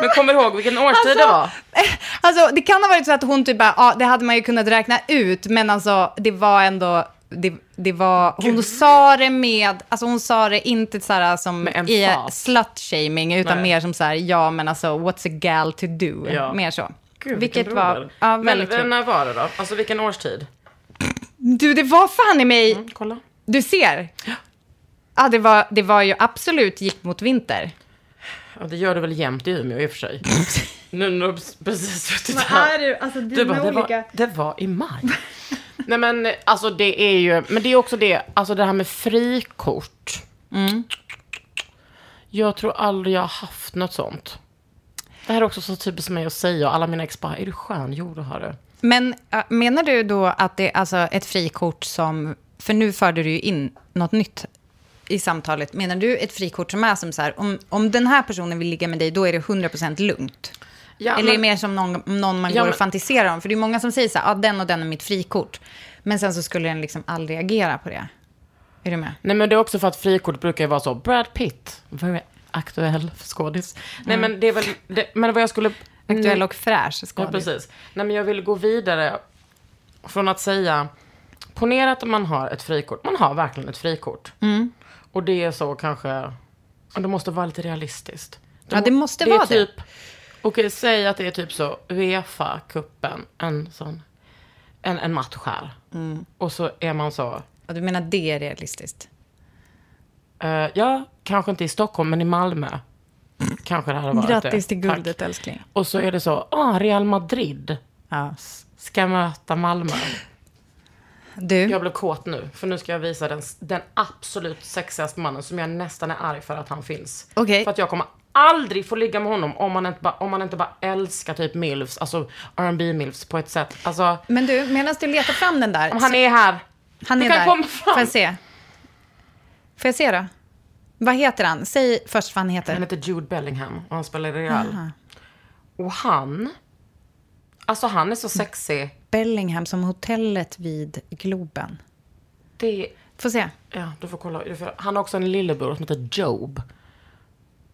[SPEAKER 3] Men kommer du ihåg vilken årstid det var?
[SPEAKER 2] Alltså det kan ha varit så att hon typ bara, ja det hade man ju kunnat räkna ut, men alltså det var ändå, det, det var, hon sa det med, alltså hon sa det inte så här som
[SPEAKER 3] Med
[SPEAKER 2] i
[SPEAKER 3] emfas.
[SPEAKER 2] slut-shaming, utan
[SPEAKER 3] Nej.
[SPEAKER 2] mer som så här, ja men alltså what's a gal to do,
[SPEAKER 3] Ja.
[SPEAKER 2] mer så.
[SPEAKER 3] Gud, vilken bra
[SPEAKER 2] Vilket var,
[SPEAKER 3] värld.
[SPEAKER 2] ja
[SPEAKER 3] Men
[SPEAKER 2] väldigt
[SPEAKER 3] eh,
[SPEAKER 2] kul.
[SPEAKER 3] när var det då? Alltså vilken årstid? Mm,
[SPEAKER 2] Du det var fan i mig,
[SPEAKER 3] Kolla.
[SPEAKER 2] du ser. Ja det var, det var ju absolut gick mot vinter.
[SPEAKER 3] Ja, det gör du väl jämt i Umeå i och för sig. nu när du precis suttit
[SPEAKER 5] vad
[SPEAKER 3] här.
[SPEAKER 5] är du? Alltså, dina
[SPEAKER 3] Du bara, det
[SPEAKER 5] olika...
[SPEAKER 3] var, det var i maj. Nej men alltså det är ju, men det är också det, alltså det här med frikort. Mm. Jag tror aldrig jag har haft något sånt. Det här är också så typiskt mig att säga och alla mina ex bara, är du skön? Jo det har du.
[SPEAKER 2] Men äh, menar du då att det är alltså ett frikort som... För nu förde du ju in något nytt i samtalet. Menar du ett frikort som är som så här, om, om den här personen vill ligga med dig, då är det 100% lugnt?
[SPEAKER 3] Ja,
[SPEAKER 2] Eller är det
[SPEAKER 3] men-
[SPEAKER 2] mer som någon, någon man
[SPEAKER 3] Ja,
[SPEAKER 2] går
[SPEAKER 3] men-
[SPEAKER 2] och fantiserar om? För det är många som säger så här, ah, den och den är mitt frikort. Men sen så skulle den liksom aldrig reagera på det. Är du med?
[SPEAKER 3] Nej men det är också för att frikort brukar ju vara så, Brad Pitt, very aktuell skådis. Nej men det är väl, det, men vad jag skulle...
[SPEAKER 2] Aktuell och fräsch
[SPEAKER 3] Mm. Ja,
[SPEAKER 2] skådis.
[SPEAKER 3] precis. Nej, men jag vill gå vidare från att säga, ponera att man har ett frikort. Man har verkligen ett frikort.
[SPEAKER 2] Mm.
[SPEAKER 3] Och det är så kanske, och det måste vara lite realistiskt.
[SPEAKER 2] Ja, det
[SPEAKER 3] må-
[SPEAKER 2] måste vara
[SPEAKER 3] är
[SPEAKER 2] det.
[SPEAKER 3] typ, Okej, säg att det är typ så, Uefa-cupen, en sån, en, en match här.
[SPEAKER 2] Mm.
[SPEAKER 3] Och så är man så,
[SPEAKER 2] Ja, du menar det är realistiskt?
[SPEAKER 3] eh, ja, kanske inte i Stockholm, men i Malmö. Kanske det hade varit
[SPEAKER 2] Grattis
[SPEAKER 3] det.
[SPEAKER 2] till
[SPEAKER 3] Tack.
[SPEAKER 2] guldet, älskling.
[SPEAKER 3] Och så är det så, ah, Real Madrid
[SPEAKER 2] Ja.
[SPEAKER 3] ska möta Malmö.
[SPEAKER 2] Mm. Du?
[SPEAKER 3] Jag blev kåt nu, för nu ska jag visa den, den absolut sexigaste mannen som jag nästan är arg för att han finns.
[SPEAKER 2] Okej.
[SPEAKER 3] För att jag kommer aldrig få ligga med honom om man inte bara, om man inte bara älskar typ milfs, alltså R&B milfs på ett sätt. Alltså,
[SPEAKER 2] Men du, medan du letar fram den där.
[SPEAKER 3] om han är här.
[SPEAKER 2] Han
[SPEAKER 3] du
[SPEAKER 2] är
[SPEAKER 3] kan
[SPEAKER 2] där.
[SPEAKER 3] komma fram.
[SPEAKER 2] Får jag se? Får jag se då? Vad heter han? Säg först vad han heter.
[SPEAKER 3] Han heter Jude Bellingham och han spelar i Real. Och han, alltså han är så sexig.
[SPEAKER 2] Bellingham som hotellet vid Globen.
[SPEAKER 3] Det
[SPEAKER 2] Får se.
[SPEAKER 3] Ja, du får kolla. Du får, han har också en lillebror som heter Job.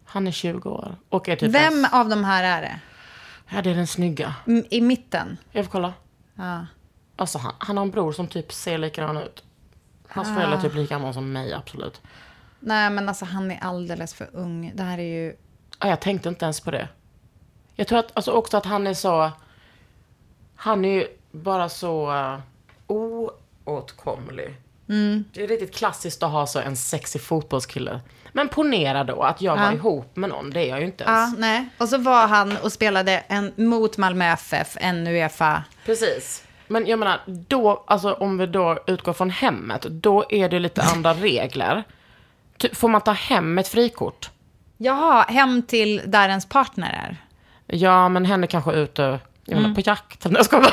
[SPEAKER 3] Han är 20 år och är typ En,
[SPEAKER 2] Vem av de här är det?
[SPEAKER 3] ja, det är den snygga.
[SPEAKER 2] M- I mitten?
[SPEAKER 3] Jag får kolla. Alltså han, han har en bror som typ ser likadan ut. Hans föräldrar är typ lika gamla som mig, absolut.
[SPEAKER 2] Nej, men alltså han är alldeles för ung. Det här är ju...
[SPEAKER 3] Ja, Ah, jag tänkte inte ens på det. Jag tror att, alltså också att han är så... Han är ju bara så uh, oåtkomlig. Det är riktigt klassiskt att ha så en sexig fotbollskille. Men ponera då att jag var ihop med någon, det är jag ju inte ens.
[SPEAKER 2] Ja, nej. Och så var han och spelade en, mot Malmö FF, en Uefa.
[SPEAKER 3] Precis. Men jag menar, då, alltså om vi då utgår från hemmet, då är det lite andra regler. Ty- får man ta hem ett frikort?
[SPEAKER 2] Jaha, hem till där ens partner är.
[SPEAKER 3] Ja, men henne kanske är ute, jag
[SPEAKER 2] Mm.
[SPEAKER 3] menar, på jakt. Nej, jag skojar bara.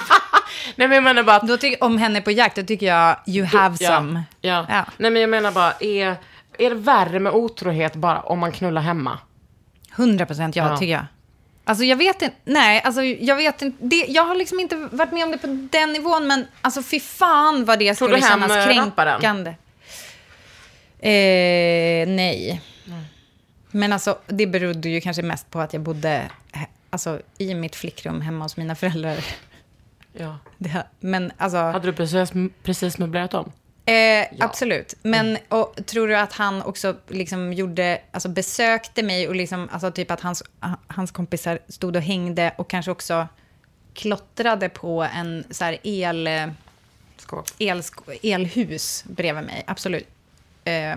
[SPEAKER 3] Nej, men jag menar bara att...
[SPEAKER 2] Då tycker, om henne är på jakt, då tycker jag you have
[SPEAKER 3] ja,
[SPEAKER 2] some.
[SPEAKER 3] ja.
[SPEAKER 2] Ja.
[SPEAKER 3] Nej, men jag menar bara, är, är det värre med otrohet bara om man knullar hemma?
[SPEAKER 2] 100 procent ja,
[SPEAKER 3] Ja.
[SPEAKER 2] tycker jag. Alltså jag vet inte, nej, alltså jag vet inte, det, jag har liksom inte varit med om det på den nivån, men alltså fy fan vad det
[SPEAKER 3] Tog
[SPEAKER 2] skulle
[SPEAKER 3] du hem,
[SPEAKER 2] kännas
[SPEAKER 3] eh, rapparen?
[SPEAKER 2] kränkande. Eh, nej. Men alltså det berodde ju kanske mest på att jag bodde he- alltså, i mitt flickrum hemma hos mina föräldrar.
[SPEAKER 3] Ja.
[SPEAKER 2] Det här, men alltså,
[SPEAKER 3] Hade du precis, precis möblerat om?
[SPEAKER 2] eh, absolut. Men och, tror du att han också liksom gjorde, alltså besökte mig och liksom, alltså typ att hans, h- hans kompisar stod och hängde och kanske också klottrade på en så här el,
[SPEAKER 3] Skåp.
[SPEAKER 2] elsk- elhus bredvid mig? Absolut. Eh,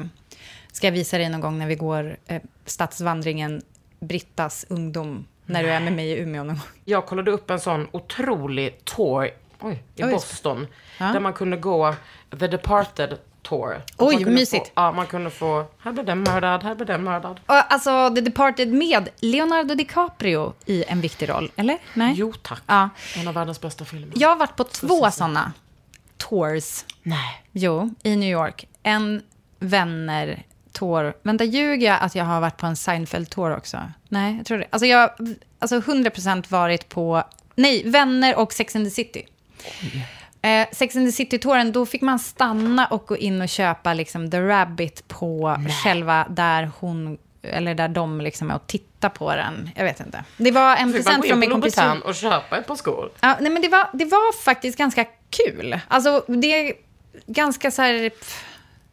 [SPEAKER 2] ska jag visa dig någon gång när vi går eh, stadsvandringen Brittas ungdom, när du är med mig i Umeå någon gång?
[SPEAKER 3] Jag kollade upp en sån otrolig tour oj, i
[SPEAKER 2] Oj.
[SPEAKER 3] Boston. Där man kunde gå The Departed Tour.
[SPEAKER 2] Oj,
[SPEAKER 3] Man kunde
[SPEAKER 2] mysigt.
[SPEAKER 3] Få, ja, man kunde få, här blev den mördad, här blev den mördad.
[SPEAKER 2] Och, alltså, The Departed med Leonardo DiCaprio i en viktig roll, eller? Nej?
[SPEAKER 3] Jo tack.
[SPEAKER 2] Ja.
[SPEAKER 3] En av världens bästa filmer.
[SPEAKER 2] Jag har varit på två såna tours.
[SPEAKER 3] Nej.
[SPEAKER 2] Jo, i New York. En vänner-tour. Vänta, ljuger jag att jag har varit på en Seinfeld-tour också? Nej, jag tror det. Alltså, jag har alltså 100% varit på... Nej, Vänner och Sex and the City. Eh, Sex and the City-touren, då fick man stanna och gå in och köpa liksom, The Rabbit på själva där hon... Eller där de liksom är och tittar på den. Jag vet inte. Det var en
[SPEAKER 3] Fick man
[SPEAKER 2] present
[SPEAKER 3] gå in
[SPEAKER 2] från
[SPEAKER 3] på
[SPEAKER 2] min kompis.
[SPEAKER 3] Louboutin och köpa ett par skor?
[SPEAKER 2] Ja, nej, men det var, det var faktiskt ganska kul. Alltså, det är ganska så här... pff,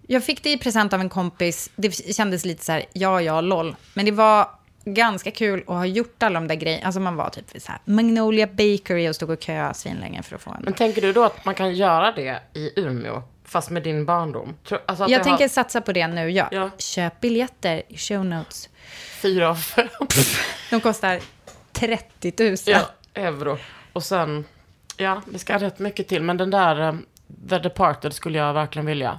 [SPEAKER 2] Jag fick det i present av en kompis. Det kändes lite så här, ja, ja, loll. Men det var ganska kul att ha gjort alla de där grejerna. Alltså man var typ så här, Magnolia Bakery och stod och köade svinlänge för att få en.
[SPEAKER 3] Men tänker du då att man kan göra det i Umeå, fast med din barndom? Tror- Alltså att
[SPEAKER 2] Jag
[SPEAKER 3] det
[SPEAKER 2] tänker
[SPEAKER 3] har
[SPEAKER 2] satsa på det nu, ja.
[SPEAKER 3] Ja.
[SPEAKER 2] Köp biljetter i show notes.
[SPEAKER 3] fyra av fem
[SPEAKER 2] De kostar 30 000.
[SPEAKER 3] ja, euro. Och sen, ja, det ska rätt mycket till. Men den där eh, The Departed skulle jag verkligen vilja.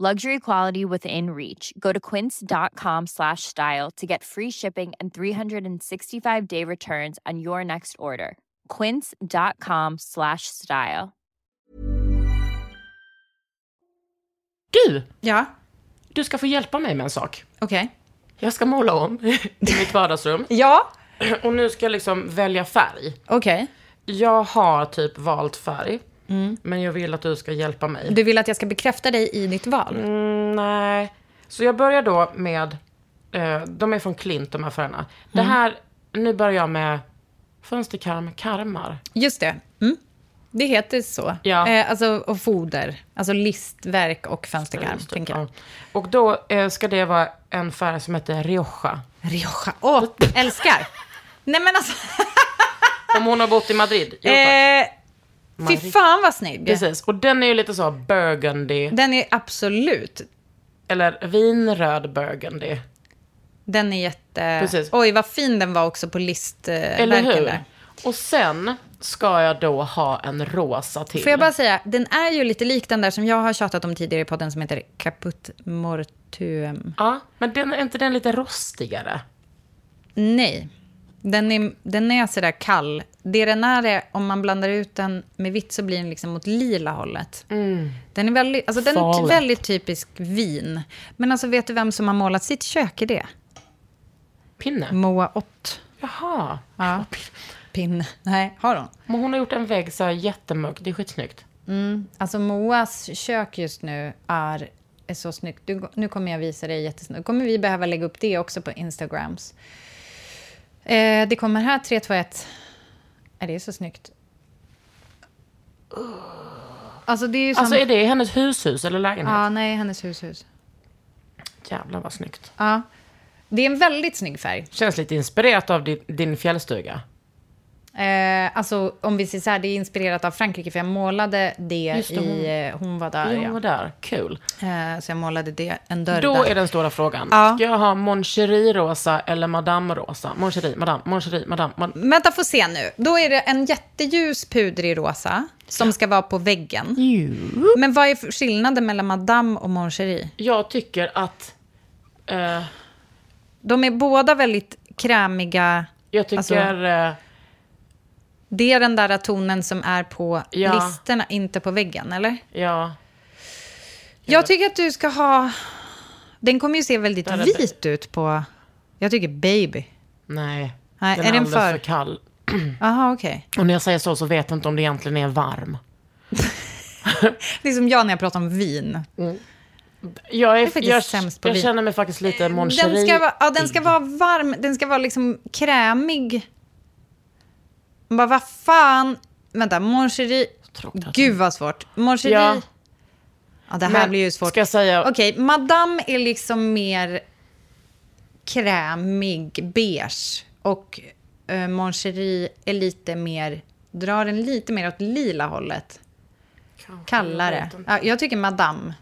[SPEAKER 6] Luxury quality within reach. Go to quince.com slash style to get free shipping and 365 day returns on your next order. Quince.com slash style.
[SPEAKER 3] Du,
[SPEAKER 2] Ja,
[SPEAKER 3] du ska få hjälpa mig med en sak.
[SPEAKER 2] okej.
[SPEAKER 3] Jag ska måla om i mitt vardagsrum.
[SPEAKER 2] Ja,
[SPEAKER 3] Och nu ska jag liksom välja färg.
[SPEAKER 2] okej.
[SPEAKER 3] Jag har typ valt färg.
[SPEAKER 2] Mm.
[SPEAKER 3] Men jag vill att du ska hjälpa mig.
[SPEAKER 2] Du vill att jag ska bekräfta dig i ditt val?
[SPEAKER 3] Mm, nej. Så jag börjar då med, eh, de är från Klint de här färgerna. Det
[SPEAKER 2] Mm.
[SPEAKER 3] här, nu börjar jag med fönsterkarm, karmar.
[SPEAKER 2] Just det. Mm. Det heter så.
[SPEAKER 3] Ja.
[SPEAKER 2] Eh, alltså, och foder. Alltså listverk och fönsterkarm,
[SPEAKER 3] Just det,
[SPEAKER 2] tänker jag.
[SPEAKER 3] ja. Och då eh, ska det vara en färg som heter Rioja.
[SPEAKER 2] Rioja. Åh, älskar! Nej, men alltså...
[SPEAKER 3] Om hon har bott i Madrid. Jo, tack.
[SPEAKER 2] Eh, fy fan vad snygg!
[SPEAKER 3] Precis, och den är ju lite så burgundy,
[SPEAKER 2] Den är absolut...
[SPEAKER 3] eller vinröd burgundy.
[SPEAKER 2] Eh, Den är jätte...
[SPEAKER 3] Precis.
[SPEAKER 2] Oj, vad fin den var också på listverken
[SPEAKER 3] Eller hur?
[SPEAKER 2] där.
[SPEAKER 3] Och sen ska jag då ha en rosa till.
[SPEAKER 2] Får jag bara säga, den är ju lite lik den där som jag har tjatat om tidigare i podden som heter Caput Mortuum.
[SPEAKER 3] Ja, men den, är inte den lite rostigare?
[SPEAKER 2] Nej. Den är, den är sådär kall. Det den är är, om man blandar ut den med vitt så blir den liksom mot lila hållet. Den är väldigt, alltså den är ty-
[SPEAKER 3] Farligt.
[SPEAKER 2] väldigt typisk vin. Men alltså vet du vem som har målat sitt kök i det?
[SPEAKER 3] Pinne?
[SPEAKER 2] Moa Ott.
[SPEAKER 3] Jaha.
[SPEAKER 2] Ja. Pinne. Nej, har hon?
[SPEAKER 3] Men hon har gjort en vägg så här jättemörk. Det är skitsnyggt.
[SPEAKER 2] Mm. Alltså Moas kök just nu är, är så snyggt. Du, nu kommer jag visa dig jättesnyggt. Nu kommer vi behöva lägga upp det också på Instagrams. Eh, det kommer här, 3, 2, 1. Eh, det är så snyggt. Alltså det är ju som...
[SPEAKER 3] Alltså är det hennes hushus eller lägenhet?
[SPEAKER 2] Ja, nej, hennes hushus.
[SPEAKER 3] Jävlar vad snyggt.
[SPEAKER 2] Ja. Det är en väldigt snygg färg.
[SPEAKER 3] Känns lite inspirerat av din, din fjällstuga.
[SPEAKER 2] Eh, alltså om vi ser så här, det är inspirerat av Frankrike för jag målade det,
[SPEAKER 3] Just det, hon-
[SPEAKER 2] i... eh, Hon var där,
[SPEAKER 3] Jo,
[SPEAKER 2] ja.
[SPEAKER 3] där. Kul.
[SPEAKER 2] Eh, så jag målade det, en dörr
[SPEAKER 3] Då
[SPEAKER 2] där.
[SPEAKER 3] är den stora frågan.
[SPEAKER 2] Ja.
[SPEAKER 3] Ska jag ha Mon Cherie rosa eller Madame rosa? Mon Cherie, Madame, Mon Cherie, Madame. Mon...
[SPEAKER 2] Vänta, få se nu. Då är det en jätteljus pudrig rosa som ska vara på väggen. Men vad är skillnaden mellan Madame och Mon Cherie?
[SPEAKER 3] Jag tycker att... eh,
[SPEAKER 2] De är båda väldigt krämiga.
[SPEAKER 3] jag tycker...
[SPEAKER 2] Alltså-
[SPEAKER 3] eh,
[SPEAKER 2] Det är den där tonen som är på
[SPEAKER 3] Ja.
[SPEAKER 2] listerna, inte på väggen, eller?
[SPEAKER 3] ja.
[SPEAKER 2] Jag tycker att du ska ha... Den kommer ju se väldigt
[SPEAKER 3] Där är
[SPEAKER 2] vit ut på... Jag tycker baby.
[SPEAKER 3] Nej.
[SPEAKER 2] Nej,
[SPEAKER 3] den
[SPEAKER 2] är
[SPEAKER 3] är
[SPEAKER 2] den
[SPEAKER 3] alldeles
[SPEAKER 2] för...
[SPEAKER 3] för kall.
[SPEAKER 2] Jaha, okej.
[SPEAKER 3] Och när jag säger så så vet jag inte om det egentligen är varm.
[SPEAKER 2] Det är som jag när jag pratar om vin.
[SPEAKER 3] Jag, är,
[SPEAKER 2] är faktiskt
[SPEAKER 3] jag,
[SPEAKER 2] sämst på
[SPEAKER 3] jag
[SPEAKER 2] vin.
[SPEAKER 3] känner mig faktiskt lite Mon
[SPEAKER 2] Den ska,
[SPEAKER 3] Cherie-
[SPEAKER 2] vara, ja, den ska vara varm, den ska vara liksom krämig. Man bara, vad fan. Vänta, mon chérie. Gud vad svårt. Mon chérie. Ja.
[SPEAKER 3] Ja.
[SPEAKER 2] det här
[SPEAKER 3] Men
[SPEAKER 2] blir ju svårt.
[SPEAKER 3] Ska jag säga...
[SPEAKER 2] Okej, madame är liksom mer krämig, beige. Och eh, mon chérie är lite mer, drar den lite mer åt lila hållet. Kallare. Ja, jag tycker madame.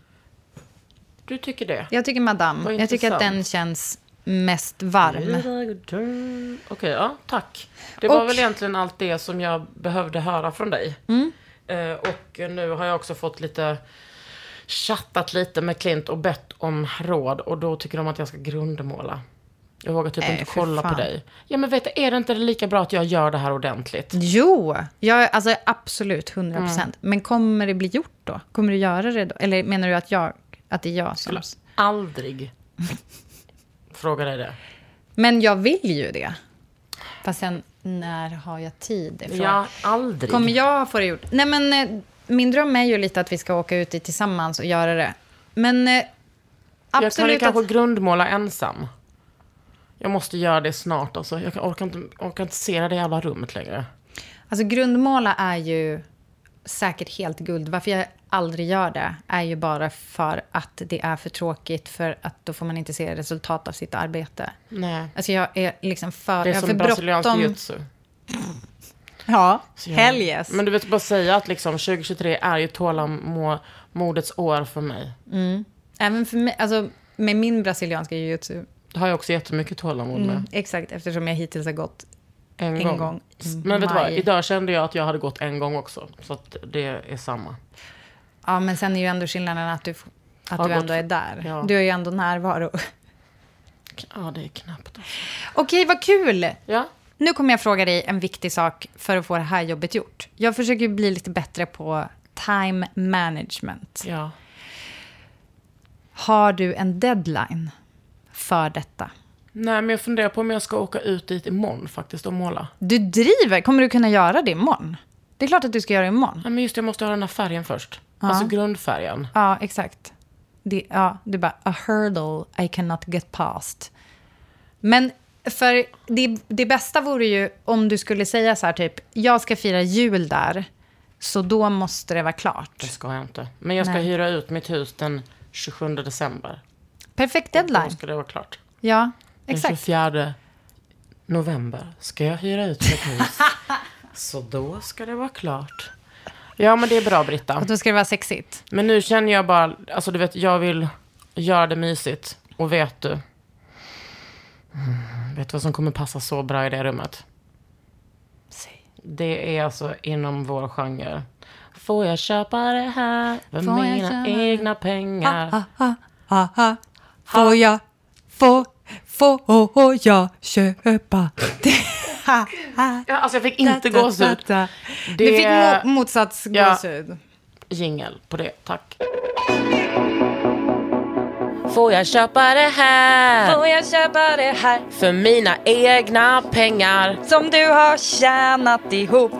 [SPEAKER 3] Du tycker det?
[SPEAKER 2] Jag tycker
[SPEAKER 3] Vad
[SPEAKER 2] madame. Jag tycker att den
[SPEAKER 3] intressant. Mm.
[SPEAKER 2] känns mest varm.
[SPEAKER 3] Okej, ja, tack. Det var
[SPEAKER 2] Och-
[SPEAKER 3] väl egentligen allt det som jag behövde höra från dig.
[SPEAKER 2] Mm.
[SPEAKER 3] Eh, och nu har jag också fått lite chattat lite med Clint och bett om råd och då tycker de att jag ska grundmåla. Jag vågar typ
[SPEAKER 2] Nej,
[SPEAKER 3] inte
[SPEAKER 2] för
[SPEAKER 3] kolla
[SPEAKER 2] Eh, fan.
[SPEAKER 3] på dig. Ja men vet du, är det inte lika bra att jag gör det här ordentligt?
[SPEAKER 2] Jo, jag, alltså absolut 100
[SPEAKER 3] Mm.
[SPEAKER 2] procent. Men kommer det bli gjort då? Kommer du göra det då? Eller menar du att, jag, att det är jag som...
[SPEAKER 3] Aldrig fråga dig det.
[SPEAKER 2] Men jag vill ju det. Fast sen, när har jag tid? Det är frågan.
[SPEAKER 3] Ja, aldrig.
[SPEAKER 2] Kommer jag få det gjort? Nej, men eh, min dröm är ju lite att vi ska åka ut dit tillsammans och göra det. Men eh,
[SPEAKER 3] jag kan ju
[SPEAKER 2] absolut
[SPEAKER 3] kanske
[SPEAKER 2] att...
[SPEAKER 3] grundmåla ensam. Jag måste göra det snart alltså. Jag kan- orkar inte, orkar inte se det jävla rummet längre.
[SPEAKER 2] Alltså grundmåla är ju säkert helt guld. Varför jag aldrig gör det är ju bara för att det är för tråkigt för att då får man inte se resultat av sitt arbete.
[SPEAKER 3] Nej.
[SPEAKER 2] Alltså jag är liksom för...
[SPEAKER 3] Det är
[SPEAKER 2] jag har för
[SPEAKER 3] som brasiliansk
[SPEAKER 2] bråttom.
[SPEAKER 3] jujutsu.
[SPEAKER 2] Ja,
[SPEAKER 3] Så jag-
[SPEAKER 2] hell yes.
[SPEAKER 3] Men du vet bara säga att liksom 2023 är ju tålamodets år för mig.
[SPEAKER 2] Även för mig, alltså med min brasilianska jujutsu.
[SPEAKER 3] Det har jag också jättemycket tålamod med.
[SPEAKER 2] Mm, exakt, eftersom jag hittills har gått
[SPEAKER 3] En,
[SPEAKER 2] en
[SPEAKER 3] gång.
[SPEAKER 2] gång i
[SPEAKER 3] Men vet du vad,
[SPEAKER 2] maj.
[SPEAKER 3] idag kände jag att jag hade gått en gång också. Så att det är samma.
[SPEAKER 2] Ja, men sen är ju ändå skillnaden att du, f- att
[SPEAKER 3] Har
[SPEAKER 2] du
[SPEAKER 3] gått-
[SPEAKER 2] ändå är där.
[SPEAKER 3] ja.
[SPEAKER 2] Du är ju ändå närvaro.
[SPEAKER 3] Ja, det är knappt. alltså.
[SPEAKER 2] Okej, vad kul!
[SPEAKER 3] Ja,
[SPEAKER 2] Nu kommer jag fråga dig en viktig sak för att få det här jobbet gjort. Jag försöker ju bli lite bättre på time management.
[SPEAKER 3] ja.
[SPEAKER 2] Har du en deadline för detta?
[SPEAKER 3] Nej, men jag funderar på om jag ska åka ut dit imorgon faktiskt och måla.
[SPEAKER 2] Du driver! Kommer du kunna göra det imorgon? Det är klart att du ska göra det imorgon.
[SPEAKER 3] Nej, men just det, jag måste ha den här färgen först. Alltså grundfärgen.
[SPEAKER 2] Ja, exakt. Det, ja, det är bara a hurdle I cannot get past. Men för det, det bästa vore ju om du skulle säga så här typ, jag ska fira jul där, så då måste det vara klart.
[SPEAKER 3] Det ska jag inte. Men jag ska
[SPEAKER 2] Nej.
[SPEAKER 3] hyra ut mitt hus den 27 december.
[SPEAKER 2] Perfekt
[SPEAKER 3] Då
[SPEAKER 2] deadline.
[SPEAKER 3] ska det vara klart.
[SPEAKER 2] Ja,
[SPEAKER 3] Den
[SPEAKER 2] exakt.
[SPEAKER 3] 24 november ska jag hyra ut mitt hus. Så då ska det vara klart. Ja, men det är bra, Britta.
[SPEAKER 2] Och då ska det vara sexigt.
[SPEAKER 3] Men nu känner jag bara, alltså du vet, jag vill göra det mysigt. Och vet du? Mm, Vet du vad som kommer passa så bra i det rummet?
[SPEAKER 2] Säg.
[SPEAKER 3] Det är alltså inom vår genre. Får jag köpa det här för
[SPEAKER 2] Får jag
[SPEAKER 3] mina
[SPEAKER 2] köpa-
[SPEAKER 3] egna pengar?
[SPEAKER 7] Ah,
[SPEAKER 2] Aha, får jag, får, får jag köpa?
[SPEAKER 3] Ja, alltså jag fick inte gåshud.
[SPEAKER 2] Det...
[SPEAKER 3] Det-
[SPEAKER 2] Du fick mo- motsats
[SPEAKER 3] Ja.
[SPEAKER 2] gåshud.
[SPEAKER 3] Jingel på det, tack. Får jag köpa det här?
[SPEAKER 7] Får jag köpa det här
[SPEAKER 3] För mina egna pengar.
[SPEAKER 7] som du har tjänat ihop?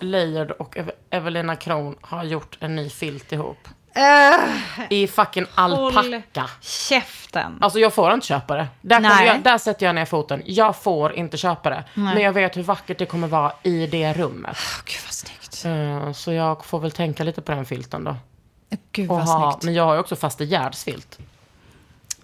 [SPEAKER 3] Leijard och Ev- Evelina Kron har gjort en ny filt ihop.
[SPEAKER 2] Äh,
[SPEAKER 3] I fucking alpacka.
[SPEAKER 2] Käften.
[SPEAKER 3] Alltså jag får inte köpa det. Där, kommer
[SPEAKER 2] Nej.
[SPEAKER 3] jag, där sätter jag ner foten. Jag får inte köpa det.
[SPEAKER 2] Nej.
[SPEAKER 3] Men jag vet hur vackert det kommer vara i det rummet. Gud vad snyggt. så jag får väl tänka lite på den filten då.
[SPEAKER 2] Gud
[SPEAKER 3] Och
[SPEAKER 2] vad
[SPEAKER 3] ha-
[SPEAKER 2] snyggt.
[SPEAKER 3] Men jag har ju också faste Gerds filt.
[SPEAKER 2] Eh,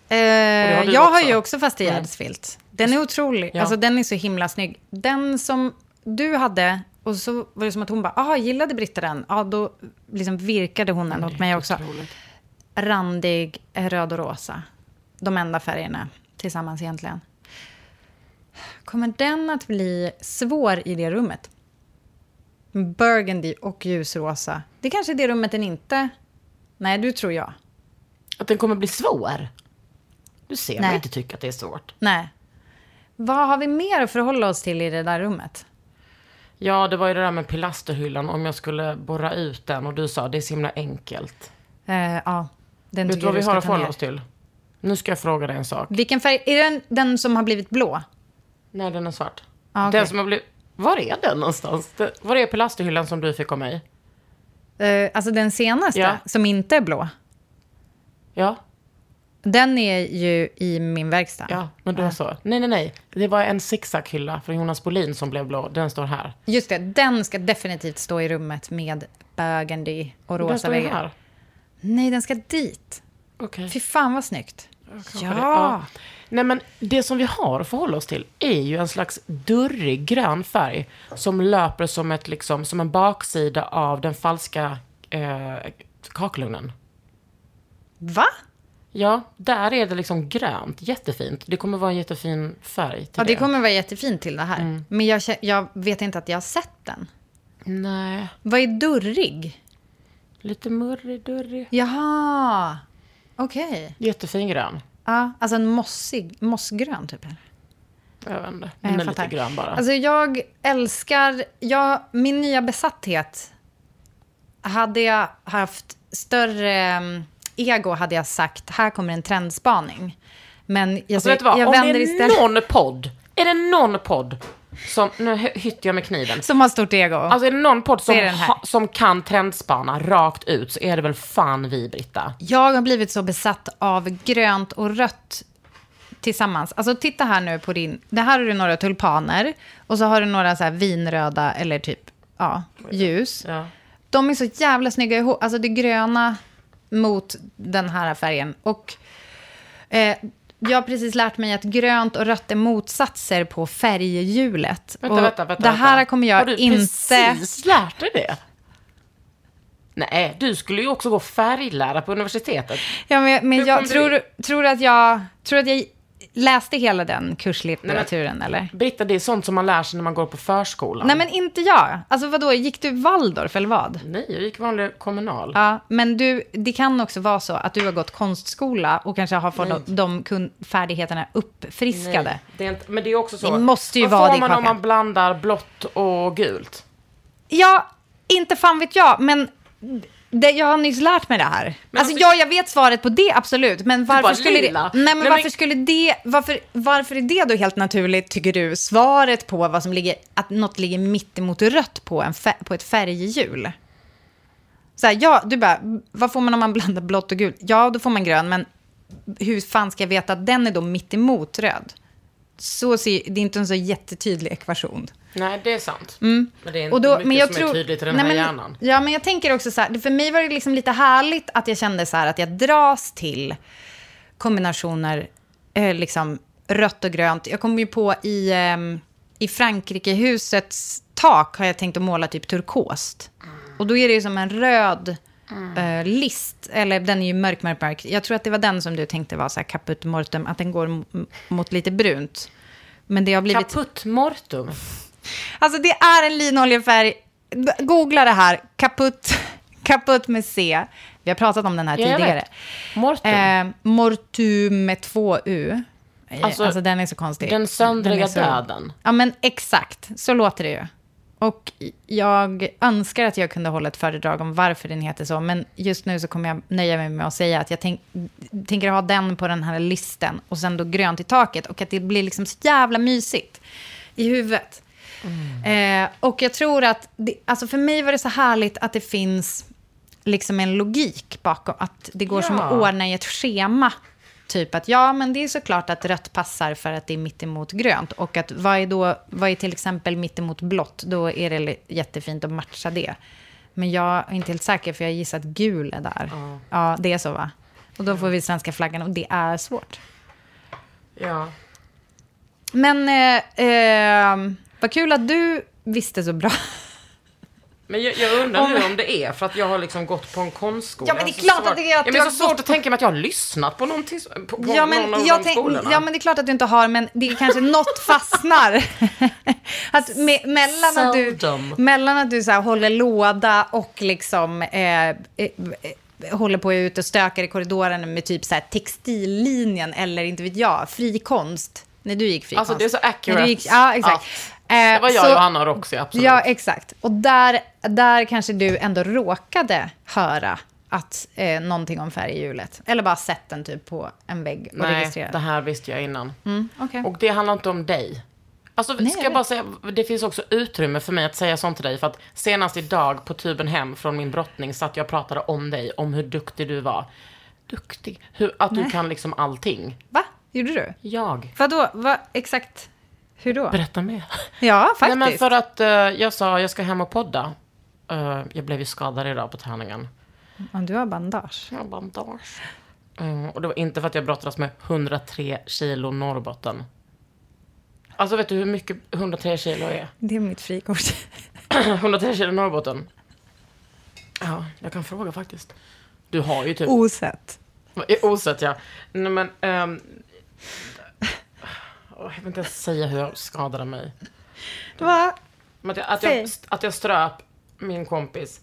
[SPEAKER 3] det har du
[SPEAKER 2] jag har
[SPEAKER 3] också. Mm.
[SPEAKER 2] ju också fast i Gärdsfilt. Den är otrolig.
[SPEAKER 3] Ja.
[SPEAKER 2] Alltså den är så himla snygg. Den som du hade, och så var det som att hon bara, ah gillade Britta den? Ja, då liksom virkade hon den åt mig också. Randig, eh, röd och rosa. De enda färgerna tillsammans egentligen. Kommer den att bli svår i det rummet? Burgundy och ljusrosa. Det kanske är det rummet den inte... Nej, du tror jag.
[SPEAKER 3] Att den kommer bli svår? Du ser
[SPEAKER 2] Nej.
[SPEAKER 3] mig inte tycka att det är svårt.
[SPEAKER 2] Nej. Vad har vi mer att förhålla oss till i det där rummet?
[SPEAKER 3] Ja, det var ju det där med pilasterhyllan. Om jag skulle borra ut den och du sa det är så himla enkelt.
[SPEAKER 2] Eh, ja, den
[SPEAKER 3] Vet du
[SPEAKER 2] tycker
[SPEAKER 3] vad
[SPEAKER 2] jag
[SPEAKER 3] vi
[SPEAKER 2] ska
[SPEAKER 3] har att
[SPEAKER 2] ta
[SPEAKER 3] förhålla
[SPEAKER 2] ner.
[SPEAKER 3] oss till? Nu ska jag fråga dig en sak.
[SPEAKER 2] Vilken färg? Är den den som har blivit blå?
[SPEAKER 3] Nej, den är svart.
[SPEAKER 2] Ah, okej.
[SPEAKER 3] Den som har blivit... Var är den någonstans? Det- Var är pilasterhyllan som du fick av mig?
[SPEAKER 2] Eh, alltså den senaste,
[SPEAKER 3] Ja.
[SPEAKER 2] som inte är blå.
[SPEAKER 3] Ja.
[SPEAKER 2] Den är ju i min verkstad.
[SPEAKER 3] Ja, men
[SPEAKER 2] Ah.
[SPEAKER 3] du har så. Nej, nej, nej. Det var en zigzaghylla från Jonas Bolin som blev blå. Den står här.
[SPEAKER 2] Just det, den ska definitivt stå i rummet med burgundy och
[SPEAKER 3] den
[SPEAKER 2] rosa
[SPEAKER 3] står ju
[SPEAKER 2] väggar.
[SPEAKER 3] här.
[SPEAKER 2] Nej, den ska dit.
[SPEAKER 3] Okej.
[SPEAKER 2] Fy fan vad snyggt.
[SPEAKER 3] Kanske
[SPEAKER 2] Ja.
[SPEAKER 3] det. ja. Nej, men det som vi har att förhålla oss till är ju en slags durrig grön färg som löper som, ett, liksom, som en baksida av den falska eh, kakelugnen.
[SPEAKER 2] Va?
[SPEAKER 3] Ja, där är det liksom grönt. Jättefint. Det kommer vara en jättefin färg till
[SPEAKER 2] Ja, det kommer vara jättefint till det här.
[SPEAKER 3] Mm.
[SPEAKER 2] Men jag, kä- jag vet inte att jag har sett den.
[SPEAKER 3] Nej.
[SPEAKER 2] Vad är durrig?
[SPEAKER 3] Lite murrig, durrig.
[SPEAKER 2] Jaha. Okej.
[SPEAKER 3] Jättefin grön.
[SPEAKER 2] Ja, alltså en mossig, mossgrön typ. eller?
[SPEAKER 3] Jag vet inte.
[SPEAKER 2] Nej,
[SPEAKER 3] Den är
[SPEAKER 2] jag fattar.
[SPEAKER 3] lite grön bara.
[SPEAKER 2] Alltså jag älskar, jag, min nya besatthet. Hade jag haft större em, ego hade jag sagt, här kommer en trendspaning. Men jag,
[SPEAKER 3] Alltså, vet du vad?
[SPEAKER 2] jag
[SPEAKER 3] Om det
[SPEAKER 2] vänder
[SPEAKER 3] är
[SPEAKER 2] istället.
[SPEAKER 3] någon podd, är det någon podd som, nu hy- hyttar jag med kniven.
[SPEAKER 2] Som har stort ego.
[SPEAKER 3] Alltså är det någon podd som,
[SPEAKER 2] Så är den här.
[SPEAKER 3] ha, som kan trendspana rakt ut så är det väl fan vi Britta.
[SPEAKER 2] Jag har blivit så besatt av grönt och rött tillsammans. Alltså titta här nu på din, det här har du några tulpaner och så har du några så här vinröda eller typ, ja, ljus.
[SPEAKER 3] Ja.
[SPEAKER 2] De är så jävla snygga ihop. Alltså det gröna mot den här färgen. Och eh, jag har precis lärt mig att grönt och rött är motsatser på färghjulet.
[SPEAKER 3] Vänta,
[SPEAKER 2] och
[SPEAKER 3] vänta, vänta.
[SPEAKER 2] det här
[SPEAKER 3] vänta.
[SPEAKER 2] kommer jag
[SPEAKER 3] Har du
[SPEAKER 2] inte...
[SPEAKER 3] precis lärt dig det? Nej, du skulle ju också gå färglära på universitetet.
[SPEAKER 2] Ja, men, men
[SPEAKER 3] Hur kom
[SPEAKER 2] jag
[SPEAKER 3] du
[SPEAKER 2] tror, tror att jag tror att jag läste hela den
[SPEAKER 3] Nej, men-
[SPEAKER 2] kurslitteraturen, eller?
[SPEAKER 3] Britta, det är sånt som man lär sig när man går på förskolan.
[SPEAKER 2] Nej, men inte jag. Alltså vadå, gick du Waldorf eller vad?
[SPEAKER 3] Nej, jag gick vanlig kommunal.
[SPEAKER 2] Ja, men du, det kan också vara så att du har gått konstskola och kanske har fått
[SPEAKER 3] Nej.
[SPEAKER 2] de, de kun, färdigheterna uppfriskade.
[SPEAKER 3] Nej, det är inte, men det är också så.
[SPEAKER 2] Det måste ju
[SPEAKER 3] Vad
[SPEAKER 2] vara
[SPEAKER 3] får
[SPEAKER 2] din
[SPEAKER 3] man om
[SPEAKER 2] kaka.
[SPEAKER 3] man blandar blått och gult?
[SPEAKER 2] Ja, inte fan vet jag, men det, jag har nyss lärt mig det här. alltså,
[SPEAKER 3] varför-
[SPEAKER 2] ja, jag vet svaret på det, absolut. Men varför
[SPEAKER 3] bara,
[SPEAKER 2] skulle det...
[SPEAKER 3] lila.
[SPEAKER 2] Nej, men
[SPEAKER 3] Nej,
[SPEAKER 2] varför
[SPEAKER 3] men-
[SPEAKER 2] skulle det... Varför, varför är det då helt naturligt, tycker du, svaret på vad som ligger... Att något ligger mitt emot rött på, en fär, på ett färghjul? Så här, ja, du bara, vad får man om man blandar blått och gult? Ja, då får man grön, men hur fan ska jag veta att den är då mitt emot röd? Så ser, det är inte en så jättetydlig ekvation.
[SPEAKER 3] Nej, det är sant. Men det är inte
[SPEAKER 2] Mm. Och då,
[SPEAKER 3] mycket
[SPEAKER 2] men jag
[SPEAKER 3] som
[SPEAKER 2] tror,
[SPEAKER 3] är tydligt i den
[SPEAKER 2] nej,
[SPEAKER 3] här
[SPEAKER 2] men,
[SPEAKER 3] hjärnan.
[SPEAKER 2] Ja, men jag tänker också så här, för mig var det liksom lite härligt att jag kände så här att jag dras till kombinationer, eh, liksom rött och grönt. Jag kom ju på i, ehm, i Frankrikehusets tak har jag tänkt att måla typ turkost. Och då är det ju som en röd eh, list, eller den är ju mörk, mörk, mörk. Jag tror att det var den som du tänkte var så här caput mortem, att den går m- mot lite brunt. Men det har blivit...
[SPEAKER 3] Caput mortum.
[SPEAKER 2] Alltså det är en linoljefärg. D- Googla det här. Kaputt. Kaputt med C. Vi har pratat om den här
[SPEAKER 3] Ja, jag
[SPEAKER 2] tidigare.
[SPEAKER 3] vet. Mortum.
[SPEAKER 2] Eh, mortum med två U. Alltså,
[SPEAKER 3] Alltså,
[SPEAKER 2] den är så konstig.
[SPEAKER 3] den söndriga
[SPEAKER 2] är så-
[SPEAKER 3] döden.
[SPEAKER 2] Ja, men exakt. Så låter det ju. Och jag önskar att jag kunde hålla ett föredrag om varför den heter så, men just nu så kommer jag nöja mig med att säga att jag tänk, tänker ha den på den här listen och sen då grönt i taket och att det blir liksom så jävla mysigt i huvudet. Eh, och jag tror att, det, alltså för mig var det så härligt att det finns liksom en logik bakom, att det går som
[SPEAKER 5] Ja.
[SPEAKER 2] att ordna i ett schema. Typ att ja, men det är såklart att rött passar för att det är mittemot grönt. Och att vad är då, vad är till exempel mittemot blått? Då är det li- jättefint att matcha det. Men jag är inte helt säker, för jag gissar att gul är där. Ja, det är så va? Och då får vi svenska flaggan och det är svårt.
[SPEAKER 3] Ja.
[SPEAKER 2] Men eh, eh, vad kul att du visste så bra.
[SPEAKER 3] Men jag, jag undrar
[SPEAKER 2] Om-
[SPEAKER 3] nu om det är för att jag har liksom gått på en konstskola.
[SPEAKER 2] Ja, men det är
[SPEAKER 3] Så
[SPEAKER 2] klart att
[SPEAKER 3] svårt-
[SPEAKER 2] det är att
[SPEAKER 3] ja,
[SPEAKER 2] du
[SPEAKER 3] men
[SPEAKER 2] har
[SPEAKER 3] så svårt
[SPEAKER 2] gått
[SPEAKER 3] att tänka mig att jag har lyssnat på någonting, som- på, på
[SPEAKER 2] Ja men,
[SPEAKER 3] någon av
[SPEAKER 2] jag
[SPEAKER 3] de
[SPEAKER 2] tänk,
[SPEAKER 3] skolorna.
[SPEAKER 2] ja, men det är klart att du inte har, men det är kanske något fastnar. att me, mellan, att du,
[SPEAKER 3] Seldom.
[SPEAKER 2] mellan att du så här, håller låda och liksom eh, eh, eh, håller på ut och stökar i korridoren med typ så här, textillinjen eller inte vet jag, frikonst. När du gick frikonst.
[SPEAKER 3] Alltså, det är så accurate.
[SPEAKER 2] När du gick, ja, exakt. Eh,
[SPEAKER 3] Det var jag,
[SPEAKER 2] så-
[SPEAKER 3] Johanna och Roxy, absolut.
[SPEAKER 2] Ja, exakt. Och där, där kanske du ändå råkade höra att eh, någonting om färg i hjulet. Eller bara sett den typ på en vägg och
[SPEAKER 3] Nej,
[SPEAKER 2] registrerat.
[SPEAKER 3] det här visste jag innan.
[SPEAKER 2] Mm, okej.
[SPEAKER 3] Och det handlar inte om dig. Alltså,
[SPEAKER 2] Nej,
[SPEAKER 3] ska
[SPEAKER 2] jag
[SPEAKER 3] jag bara
[SPEAKER 2] vet.
[SPEAKER 3] säga, det finns också utrymme för mig att säga sånt till dig. För att senast idag på tuben hem från min brottning satt jag och pratade om dig, om hur duktig du var. Duktig? Hur, att du
[SPEAKER 2] Nej.
[SPEAKER 3] kan liksom allting.
[SPEAKER 2] Va? Gjorde du?
[SPEAKER 3] Jag.
[SPEAKER 2] Vadå? Va, exakt hur då?
[SPEAKER 3] Berätta mer.
[SPEAKER 2] Ja, faktiskt.
[SPEAKER 3] Nej, men för att eh, jag sa, jag ska hem och podda. Eh, jag blev ju skadad idag på tärningen.
[SPEAKER 2] Om du har bandage.
[SPEAKER 3] Jag har bandage. Eh, och det var inte för att jag brottades med 103 kilo Norrbotten. Alltså vet du hur mycket 103 kilo är?
[SPEAKER 2] Det är mitt frikort.
[SPEAKER 3] 103 kilo Norrbotten. Ja, jag kan fråga faktiskt. Du har ju typ...
[SPEAKER 2] Oh. Osett.
[SPEAKER 3] Eh, Osett, ja. Nej, men... ehm, åh, jag vill inte ens säga hur jag skadade mig.
[SPEAKER 2] Va?
[SPEAKER 3] Men Att jag, att, jag,
[SPEAKER 2] Säg.
[SPEAKER 3] att jag ströp min kompis.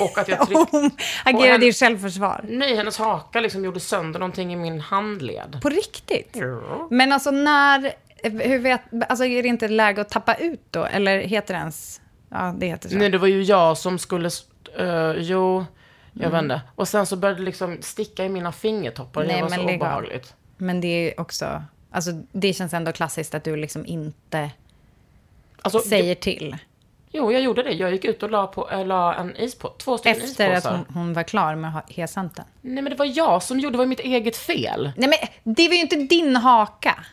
[SPEAKER 3] Och att jag tryckte...
[SPEAKER 2] Hon
[SPEAKER 3] och
[SPEAKER 2] agerade
[SPEAKER 3] henne-
[SPEAKER 2] i självförsvar.
[SPEAKER 3] Nej, hennes haka liksom gjorde sönder någonting i min handled.
[SPEAKER 2] På riktigt?
[SPEAKER 3] Ja.
[SPEAKER 2] Men alltså när... Hur vet, alltså är det inte läge att tappa ut då? Eller heter det ens... Ja, det heter så.
[SPEAKER 3] Nej, det var ju jag som skulle... Uh, jo, jag
[SPEAKER 2] Mm.
[SPEAKER 3] vet inte. Och sen så började det liksom sticka i mina fingertoppar.
[SPEAKER 2] Nej,
[SPEAKER 3] det var
[SPEAKER 2] men
[SPEAKER 3] så
[SPEAKER 2] lägg av.
[SPEAKER 3] obehagligt.
[SPEAKER 2] Men det är ju också... Alltså det känns ändå klassiskt att du liksom inte
[SPEAKER 3] Alltså,
[SPEAKER 2] säger till.
[SPEAKER 3] Jo, jag gjorde det. Jag gick ut och la, på, äh, la en ispå, två stycken
[SPEAKER 2] Efter att
[SPEAKER 3] ispåsar.
[SPEAKER 2] hon, hon var klar med ha- hesanten.
[SPEAKER 3] Nej, men det var jag som gjorde. Det var mitt eget fel.
[SPEAKER 2] Nej men det var ju inte din haka.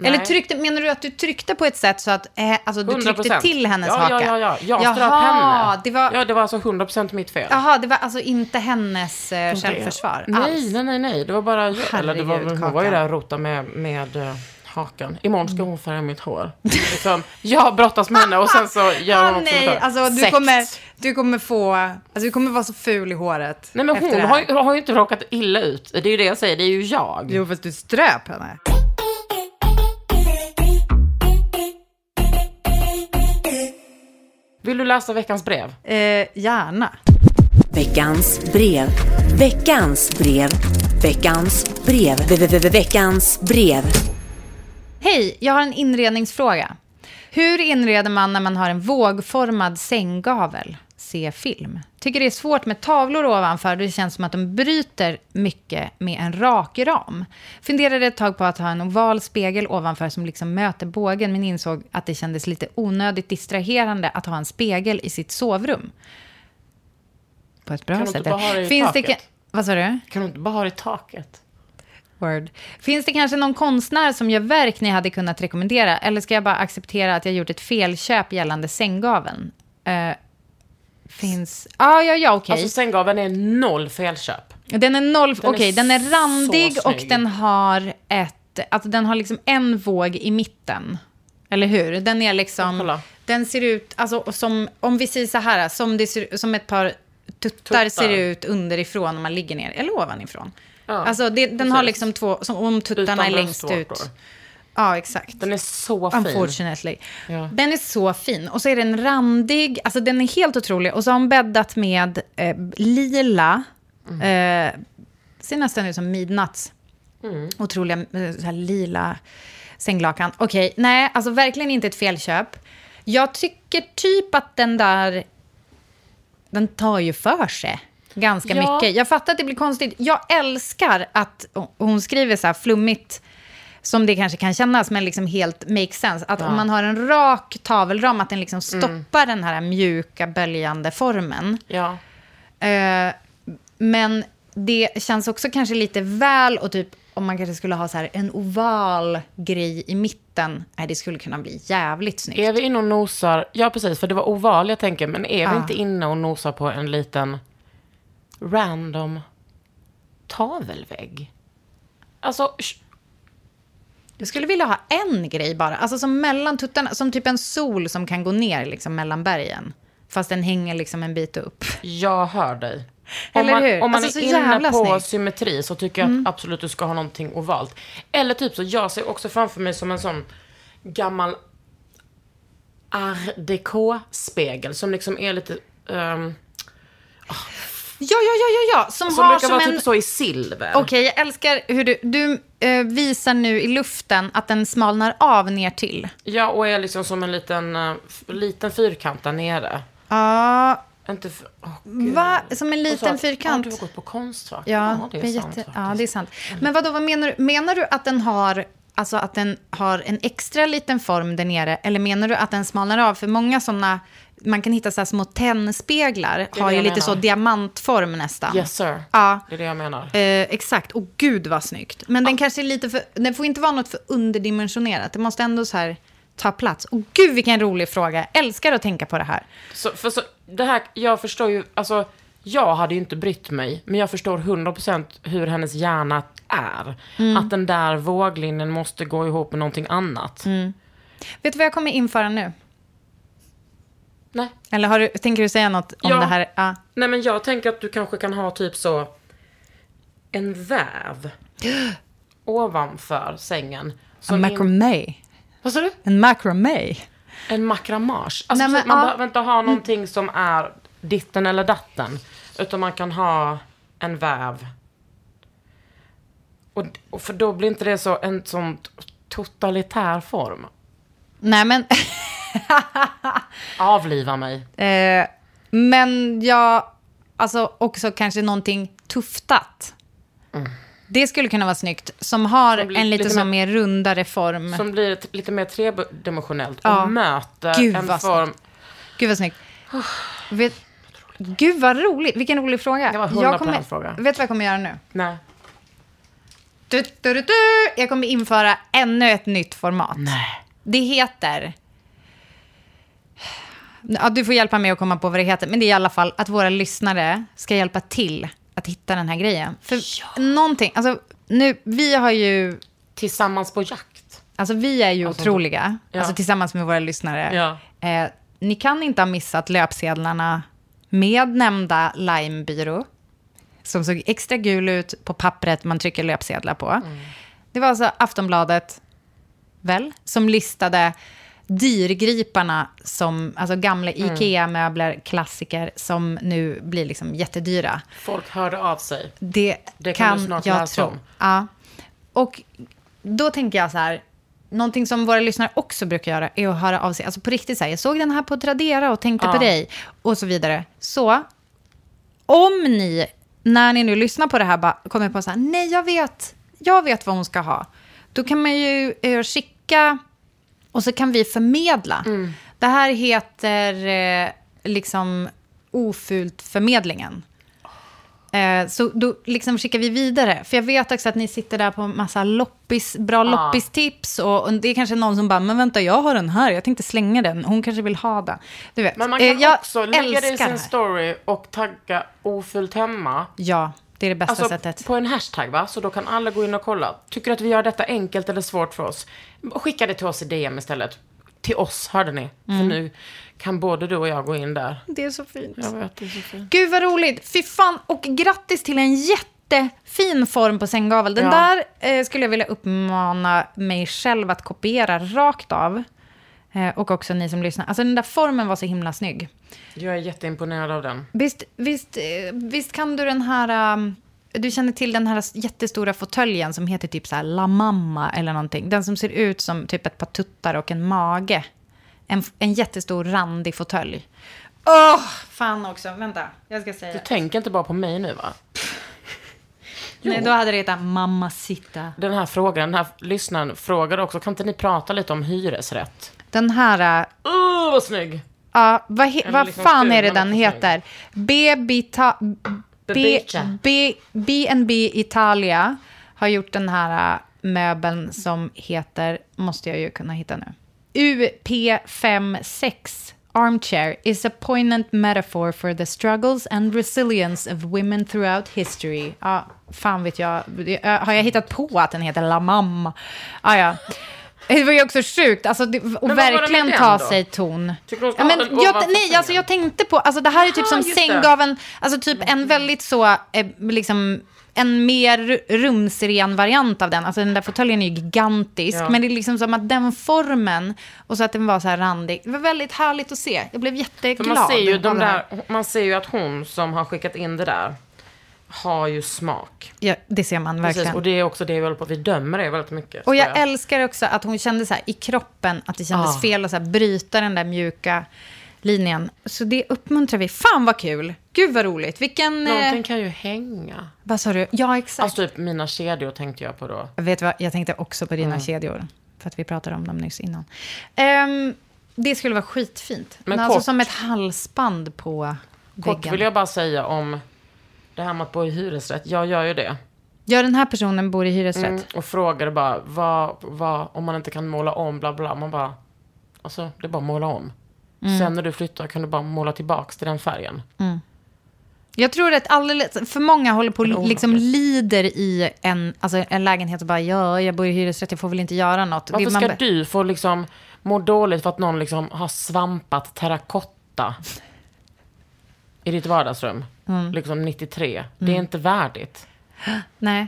[SPEAKER 3] Nej.
[SPEAKER 2] Eller tryckte, menar du att du tryckte på ett sätt så att eh, alltså, du
[SPEAKER 3] 100%.
[SPEAKER 2] tryckte till hennes
[SPEAKER 3] ja,
[SPEAKER 2] haka?
[SPEAKER 3] Ja, ja, ja. Jag ströp
[SPEAKER 2] Jaha,
[SPEAKER 3] henne.
[SPEAKER 2] Det var,
[SPEAKER 3] Ja, det var alltså 100% mitt fel.
[SPEAKER 2] Jaha, det var alltså inte hennes eh, självförsvar
[SPEAKER 3] Nej,
[SPEAKER 2] alls?
[SPEAKER 3] nej, nej, nej. Det var bara jag. Eller det var,
[SPEAKER 2] Herregud,
[SPEAKER 3] hon var ju
[SPEAKER 2] Kakan.
[SPEAKER 3] där och rotade med, med eh, hakan. Imorgon ska hon färga mitt hår. Liksom, jag brottas med henne och sen så gör hon också
[SPEAKER 2] Ah,
[SPEAKER 3] mitt
[SPEAKER 2] nej,
[SPEAKER 3] hår.
[SPEAKER 2] alltså du
[SPEAKER 3] Sekt.
[SPEAKER 2] kommer, du kommer få... Alltså du kommer vara så ful i håret
[SPEAKER 3] Nej men
[SPEAKER 2] efter
[SPEAKER 3] hon
[SPEAKER 2] det här.
[SPEAKER 3] har, ju- har ju inte råkat illa ut. Det är ju det jag säger, det är ju jag. Jo
[SPEAKER 2] fast du ströp henne.
[SPEAKER 3] Vill du läsa veckans brev?
[SPEAKER 2] Eh, gärna.
[SPEAKER 4] Veckans brev. Veckans brev. Veckans brev. Ve- ve- ve- ve- Veckans brev.
[SPEAKER 2] Hej, jag har en inredningsfråga. Hur inreder man när man har en vågformad sänggavel? Se film. Tycker det är svårt med tavlor ovanför och det känns som att de bryter mycket med en rak ram. Funderade ett tag på att ha en oval spegel ovanför som liksom möter bågen men insåg att det kändes lite onödigt distraherande att ha en spegel i sitt sovrum. På ett bra
[SPEAKER 3] Kan du inte
[SPEAKER 2] sätt.
[SPEAKER 3] bara ha det i
[SPEAKER 2] Finns det,
[SPEAKER 3] taket?
[SPEAKER 2] vad sa du?
[SPEAKER 3] Kan du inte bara ha det i taket?
[SPEAKER 2] Word. Finns det kanske någon konstnär som gör verk ni hade kunnat rekommendera? Eller ska jag bara acceptera att jag gjort ett felköp gällande sänggaveln? Eh, finns... Ja, ja, ja, okej.
[SPEAKER 3] Alltså sänggaveln är noll felköp.
[SPEAKER 2] den är noll...
[SPEAKER 3] den
[SPEAKER 2] Okej,
[SPEAKER 3] är
[SPEAKER 2] den är
[SPEAKER 3] så
[SPEAKER 2] randig och
[SPEAKER 3] snygg.
[SPEAKER 2] den har ett... Alltså den har liksom en våg i mitten. Eller hur? Den är liksom... Den ser ut... Alltså som... Om vi säger så här, som, det ser, som ett par tuttar,
[SPEAKER 3] Tuttar.
[SPEAKER 2] ser ut underifrån om man ligger ner. Eller ovanifrån.
[SPEAKER 3] Ja,
[SPEAKER 2] alltså det, den har
[SPEAKER 3] precis.
[SPEAKER 2] liksom två... Som om tuttarna är
[SPEAKER 3] Utan
[SPEAKER 2] längst
[SPEAKER 3] bröstvårtor.
[SPEAKER 2] ut. Ja, exakt.
[SPEAKER 3] Den är så fin.
[SPEAKER 2] Unfortunately.
[SPEAKER 3] Ja.
[SPEAKER 2] Den är så fin. Och så är den randig. Alltså den är helt otrolig. Och så har hon bäddat med eh, lila. Eh, ser nästan ut som midnatts.
[SPEAKER 3] Mm.
[SPEAKER 2] Otroliga eh, så här lila sänglakan. Okej, nej, alltså verkligen inte ett felköp. Jag tycker typ att den där... Den tar ju för sig ganska
[SPEAKER 5] Ja.
[SPEAKER 2] mycket. Jag fattar att det blir konstigt. Jag älskar att hon skriver så här flummigt, som det kanske kan kännas, men liksom helt makes sense. Att
[SPEAKER 5] Ja. Mm.
[SPEAKER 2] om man har en rak tavelram, att den liksom stoppar den här mjuka, böljande formen.
[SPEAKER 3] Ja.
[SPEAKER 2] Eh, men det känns också kanske lite väl och typ om man kanske skulle ha så här en oval grej i mitten. Nej, det skulle kunna bli jävligt snyggt.
[SPEAKER 3] Är vi inne och nosar, ja precis, för det var oval jag tänker, men är vi
[SPEAKER 2] Ja.
[SPEAKER 3] inte inne och nosar på en liten random tavelvägg? Alltså,
[SPEAKER 2] Jag skulle vilja ha en grej bara, alltså som mellan tuttarna, som typ en sol som kan gå ner liksom mellan bergen. Fast den hänger liksom en bit upp.
[SPEAKER 3] Jag hör dig.
[SPEAKER 2] Eller
[SPEAKER 3] om man,
[SPEAKER 2] hur?
[SPEAKER 3] Om man
[SPEAKER 2] Alltså,
[SPEAKER 3] är
[SPEAKER 2] så
[SPEAKER 3] inne
[SPEAKER 2] jävla
[SPEAKER 3] på
[SPEAKER 2] snyggt.
[SPEAKER 3] symmetri så tycker jag
[SPEAKER 2] Mm.
[SPEAKER 3] att absolut du ska ha någonting ovalt. Eller typ så, jag ser också framför mig som en sån gammal art deco-spegel som liksom är lite... ehm,
[SPEAKER 2] Ja, ja, ja, ja, ja. Som,
[SPEAKER 3] som
[SPEAKER 2] har
[SPEAKER 3] brukar
[SPEAKER 2] som
[SPEAKER 3] vara
[SPEAKER 2] en...
[SPEAKER 3] typ så i silver.
[SPEAKER 2] Okej, jag älskar hur du, du eh, visar nu i luften att den smalnar av ner till.
[SPEAKER 3] Ja, och är liksom som en liten, eh, f- liten fyrkant där nere.
[SPEAKER 2] Ja.
[SPEAKER 3] Inte för, åh, gud.
[SPEAKER 2] Va? Som en
[SPEAKER 3] Och så
[SPEAKER 2] liten
[SPEAKER 3] att-
[SPEAKER 2] fyrkant?
[SPEAKER 3] Ja, du har gått på Konstfack.
[SPEAKER 2] Ja,
[SPEAKER 3] det är
[SPEAKER 2] men
[SPEAKER 3] sant.
[SPEAKER 2] jätte, ja, det är sant. Men vadå, vad menar du? Menar du att den har... Alltså att den har en extra liten form där nere, eller menar du att den smalnar av? För många sådana, man kan hitta så här små tennspeglar,
[SPEAKER 3] det
[SPEAKER 2] har ju
[SPEAKER 3] jag
[SPEAKER 2] lite
[SPEAKER 3] menar.
[SPEAKER 2] så diamantform nästan.
[SPEAKER 3] Yes sir.
[SPEAKER 2] Ja,
[SPEAKER 3] Det är det jag menar.
[SPEAKER 2] eh, exakt. Och gud vad snyggt. Men den kanske är lite för, den får inte vara något för underdimensionerat. Det måste ändå så här ta plats. Och gud vilken rolig fråga, jag älskar att tänka på det här.
[SPEAKER 3] Så, för så, det här, jag förstår ju, alltså, jag hade ju inte brytt mig, men jag förstår 100% hur hennes hjärna är.
[SPEAKER 2] Mm.
[SPEAKER 3] Att den där våglinjen måste gå ihop med någonting annat.
[SPEAKER 2] Mm. Vet du vad jag kommer införa nu?
[SPEAKER 3] Nej.
[SPEAKER 2] Eller har du, tänker du säga något om
[SPEAKER 3] Ja.
[SPEAKER 2] det här? Ja.
[SPEAKER 3] Nej men jag tänker att du kanske kan ha typ så, en väv ovanför sängen.
[SPEAKER 2] En
[SPEAKER 3] Som in-
[SPEAKER 2] macramé.
[SPEAKER 3] Vad sa du?
[SPEAKER 2] En macramé.
[SPEAKER 3] En makramage. Alltså,
[SPEAKER 2] Nej, men,
[SPEAKER 3] precis, man
[SPEAKER 2] ja.
[SPEAKER 3] behöver inte ha någonting som är ditten eller datten. Utan man kan ha en väv. Och, och för då blir inte det så en sån totalitär form.
[SPEAKER 2] Nej, men,
[SPEAKER 3] Avliva mig.
[SPEAKER 2] eh, men jag... Alltså också kanske någonting tuftat. Det skulle kunna vara snyggt. Som har
[SPEAKER 3] Som blir
[SPEAKER 2] en lite,
[SPEAKER 3] lite
[SPEAKER 2] som mer rundare form.
[SPEAKER 3] Som blir ett, lite mer tredimensionellt.
[SPEAKER 2] Ja.
[SPEAKER 3] Och möter
[SPEAKER 2] Gud,
[SPEAKER 3] en
[SPEAKER 2] vad
[SPEAKER 3] form.
[SPEAKER 2] snyggt. Gud vad snyggt. Vet, gud vad roligt. Vilken rolig fråga. Det var
[SPEAKER 3] 100%
[SPEAKER 2] kommer,
[SPEAKER 3] fråga.
[SPEAKER 2] Vet du vad jag kommer göra nu?
[SPEAKER 3] Nej.
[SPEAKER 2] Du, du, du, du. Jag kommer införa ännu ett nytt format.
[SPEAKER 3] Nej.
[SPEAKER 2] Det heter... Ja, du får hjälpa mig att komma på vad det heter. Men det är i alla fall att våra lyssnare ska hjälpa till att hitta den här grejen. För någonting, alltså nu, vi har ju...
[SPEAKER 3] Tillsammans på jakt.
[SPEAKER 2] Alltså vi är ju otroliga,
[SPEAKER 3] ja.
[SPEAKER 2] alltså tillsammans med våra lyssnare.
[SPEAKER 3] Ja.
[SPEAKER 2] Eh, ni kan inte ha missat löpsedlarna med nämnda Limebyrå, som såg extra gul ut på pappret man trycker löpsedlar på.
[SPEAKER 3] Mm.
[SPEAKER 2] Det var alltså Aftonbladet, väl, som listade dyrgriparna som, alltså gamla
[SPEAKER 3] Mm.
[SPEAKER 2] IKEA-möbler, klassiker, som nu blir liksom jättedyra.
[SPEAKER 3] Folk hörde av sig.
[SPEAKER 2] Det,
[SPEAKER 3] Det kan du
[SPEAKER 2] kan,
[SPEAKER 3] snart
[SPEAKER 2] jag
[SPEAKER 3] läsa
[SPEAKER 2] tro.
[SPEAKER 3] om.
[SPEAKER 2] Ja. Och då tänker jag så här, någonting som våra lyssnare också brukar göra är att höra av sig. Alltså på riktigt så här, jag såg den här på Tradera och tänkte
[SPEAKER 5] Ja.
[SPEAKER 2] på dig och så vidare. Så om ni, när ni nu lyssnar på det här, bara kommer på så här, nej jag vet, jag vet vad hon ska ha. Då kan man ju eh, skicka och så kan vi förmedla.
[SPEAKER 3] Mm.
[SPEAKER 2] Det här heter eh, liksom ofult förmedlingen. Eh, så då liksom skickar vi vidare. För jag vet också att ni sitter där på massa loppis, bra loppistips. Och, och det är kanske någon som bara, men vänta, jag har den här. Jag tänkte slänga den. Hon kanske vill ha den. Du vet.
[SPEAKER 3] Men man kan
[SPEAKER 2] Eh, jag
[SPEAKER 3] också lägga det i
[SPEAKER 2] älskar
[SPEAKER 3] sin
[SPEAKER 2] här.
[SPEAKER 3] story och tagga ofyllt hemma.
[SPEAKER 2] Ja, det är det bästa
[SPEAKER 3] Alltså
[SPEAKER 2] sättet.
[SPEAKER 3] på en hashtag va, så då kan alla gå in och kolla. Tycker du att vi gör detta enkelt eller svårt för oss? Skicka det till oss i DM istället. Till oss, hörde ni? För
[SPEAKER 2] Mm.
[SPEAKER 3] nu kan både du och jag gå in där.
[SPEAKER 2] Det är så fint.
[SPEAKER 3] Jag vet, det är så fint.
[SPEAKER 2] Gud vad roligt. Fy fan, och grattis till en jättefin form på sänggavel. Den
[SPEAKER 3] Ja.
[SPEAKER 2] där eh, skulle jag vilja uppmana mig själv att kopiera rakt av. Eh, och också ni som lyssnar. Alltså den där formen var så himla snygg.
[SPEAKER 3] Jag är jätteimponerad av den.
[SPEAKER 2] Visst, visst, eh, visst kan du den här... um, Du känner till den här jättestora fåtöljen som heter typ så här La Mamma eller någonting. Den som ser ut som typ ett par tuttar och en mage. en, en jättestor randig fåtölj. Åh, fan också. Vänta, jag ska säga.
[SPEAKER 3] Du tänker inte bara på mig nu va?
[SPEAKER 2] Nej, då hade det hetat mamacita.
[SPEAKER 3] Den här frågan, den här lyssnaren frågade också, kan inte ni prata lite om hyresrätt?
[SPEAKER 2] Den här... uh,
[SPEAKER 3] Åh, oh, vad snygg!
[SPEAKER 2] Ja, vad he-
[SPEAKER 3] Eller
[SPEAKER 2] vad
[SPEAKER 3] liksom
[SPEAKER 2] fan är det
[SPEAKER 3] stugan
[SPEAKER 2] den
[SPEAKER 3] också,
[SPEAKER 2] heter? Bebita... B-
[SPEAKER 3] Bebica.
[SPEAKER 2] B- B&B Italia har gjort den här äh, möbeln som heter, måste jag ju kunna hitta nu, UP56 Armchair is a poignant metaphor for the struggles and resilience of women throughout history. Ja, fan vet jag. Det- äh, Har jag hittat på att den heter La Mamma? Ja, ja. Det var ju också sjukt. Alltså, det,
[SPEAKER 3] vad var
[SPEAKER 2] och
[SPEAKER 3] det med
[SPEAKER 2] verkligen
[SPEAKER 3] den
[SPEAKER 2] ta
[SPEAKER 3] då?
[SPEAKER 2] sig ton.
[SPEAKER 3] Tycker du hon ska
[SPEAKER 2] Ja, men
[SPEAKER 3] ha den
[SPEAKER 2] jag,
[SPEAKER 3] ovanför
[SPEAKER 2] nej, alltså jag tänkte på, alltså det här är typ
[SPEAKER 3] Aha,
[SPEAKER 2] som
[SPEAKER 3] just det.
[SPEAKER 2] sänggaveln, alltså typ en väldigt så, eh, liksom en mer ru- rumsren variant av den. Alltså den där fåtöljen är ju gigantisk,
[SPEAKER 3] Ja.
[SPEAKER 2] men det är liksom som att den formen, och så att den var så här randig. Det var väldigt härligt att se. Jag blev
[SPEAKER 3] För
[SPEAKER 2] jätteglad.
[SPEAKER 3] man ser, ju
[SPEAKER 2] av
[SPEAKER 3] de
[SPEAKER 2] det här.
[SPEAKER 3] där, man ser ju att hon som har skickat in det där har ju smak.
[SPEAKER 2] Ja, det ser man verkligen.
[SPEAKER 3] Precis, och det är också det vi håller på Vi dömer det väldigt mycket.
[SPEAKER 2] Och jag
[SPEAKER 3] tror
[SPEAKER 2] älskar också att hon kände så här i kroppen att det kändes
[SPEAKER 3] Ah.
[SPEAKER 2] fel att så här bryta den där mjuka linjen. Så det uppmuntrar vi. Fan vad kul! Gud vad roligt. Vilken...
[SPEAKER 3] Någonting
[SPEAKER 2] Eh,
[SPEAKER 3] kan ju hänga.
[SPEAKER 2] vad sa du? Ja, exakt.
[SPEAKER 3] Alltså typ mina kedjor tänkte jag på då.
[SPEAKER 2] Jag Vet du vad, jag tänkte också på dina
[SPEAKER 3] Mm.
[SPEAKER 2] kedjor. För att vi pratade om dem nyss innan. Ehm, det skulle vara skitfint.
[SPEAKER 3] Men
[SPEAKER 2] alltså
[SPEAKER 3] kort.
[SPEAKER 2] som ett halsband på
[SPEAKER 3] Kort
[SPEAKER 2] väggen.
[SPEAKER 3] vill jag bara säga om det här med att bo i hyresrätt. Jag gör ju det.
[SPEAKER 2] Ja, den här personen bor i hyresrätt.
[SPEAKER 3] Mm, och frågade bara, vad, vad, om man inte kan måla om, bla bla. Man bara, alltså det är bara att måla om.
[SPEAKER 2] Mm.
[SPEAKER 3] Sen när du flyttar kan du bara måla tillbaks till den färgen.
[SPEAKER 2] Mm. Jag tror att alldeles för många håller på och liksom lider i en, alltså en lägenhet och bara ja, jag bor i hyresrätt, jag får väl inte göra något.
[SPEAKER 3] Varför
[SPEAKER 2] Det-
[SPEAKER 3] ska
[SPEAKER 2] man-
[SPEAKER 3] du få liksom må dåligt för att någon liksom har svampat terrakotta i ditt vardagsrum?
[SPEAKER 2] Mm.
[SPEAKER 3] Liksom 93. Det är
[SPEAKER 2] Mm.
[SPEAKER 3] inte värdigt.
[SPEAKER 2] Nej.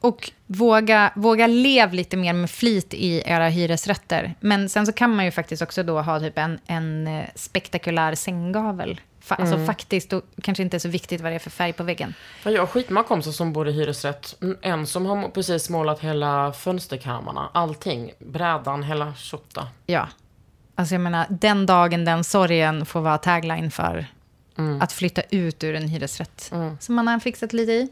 [SPEAKER 2] Och våga, våga lev lite mer med flit i era hyresrätter. Men sen så kan man ju faktiskt också då ha typ en, en eh, spektakulär sänggavel. Fa, Alltså
[SPEAKER 3] Mm.
[SPEAKER 2] faktiskt, då kanske inte är så viktigt vad det är för färg på väggen.
[SPEAKER 3] För jag har skitmånga kompisar som bor i hyresrätt. En som har precis målat hela fönsterkarmarna, allting. Brädan, hela tjotta.
[SPEAKER 2] Ja. Alltså jag menar, den dagen, den sorgen får vara tagline för att flytta ut ur en hyresrätt. Som man har fixat lite i.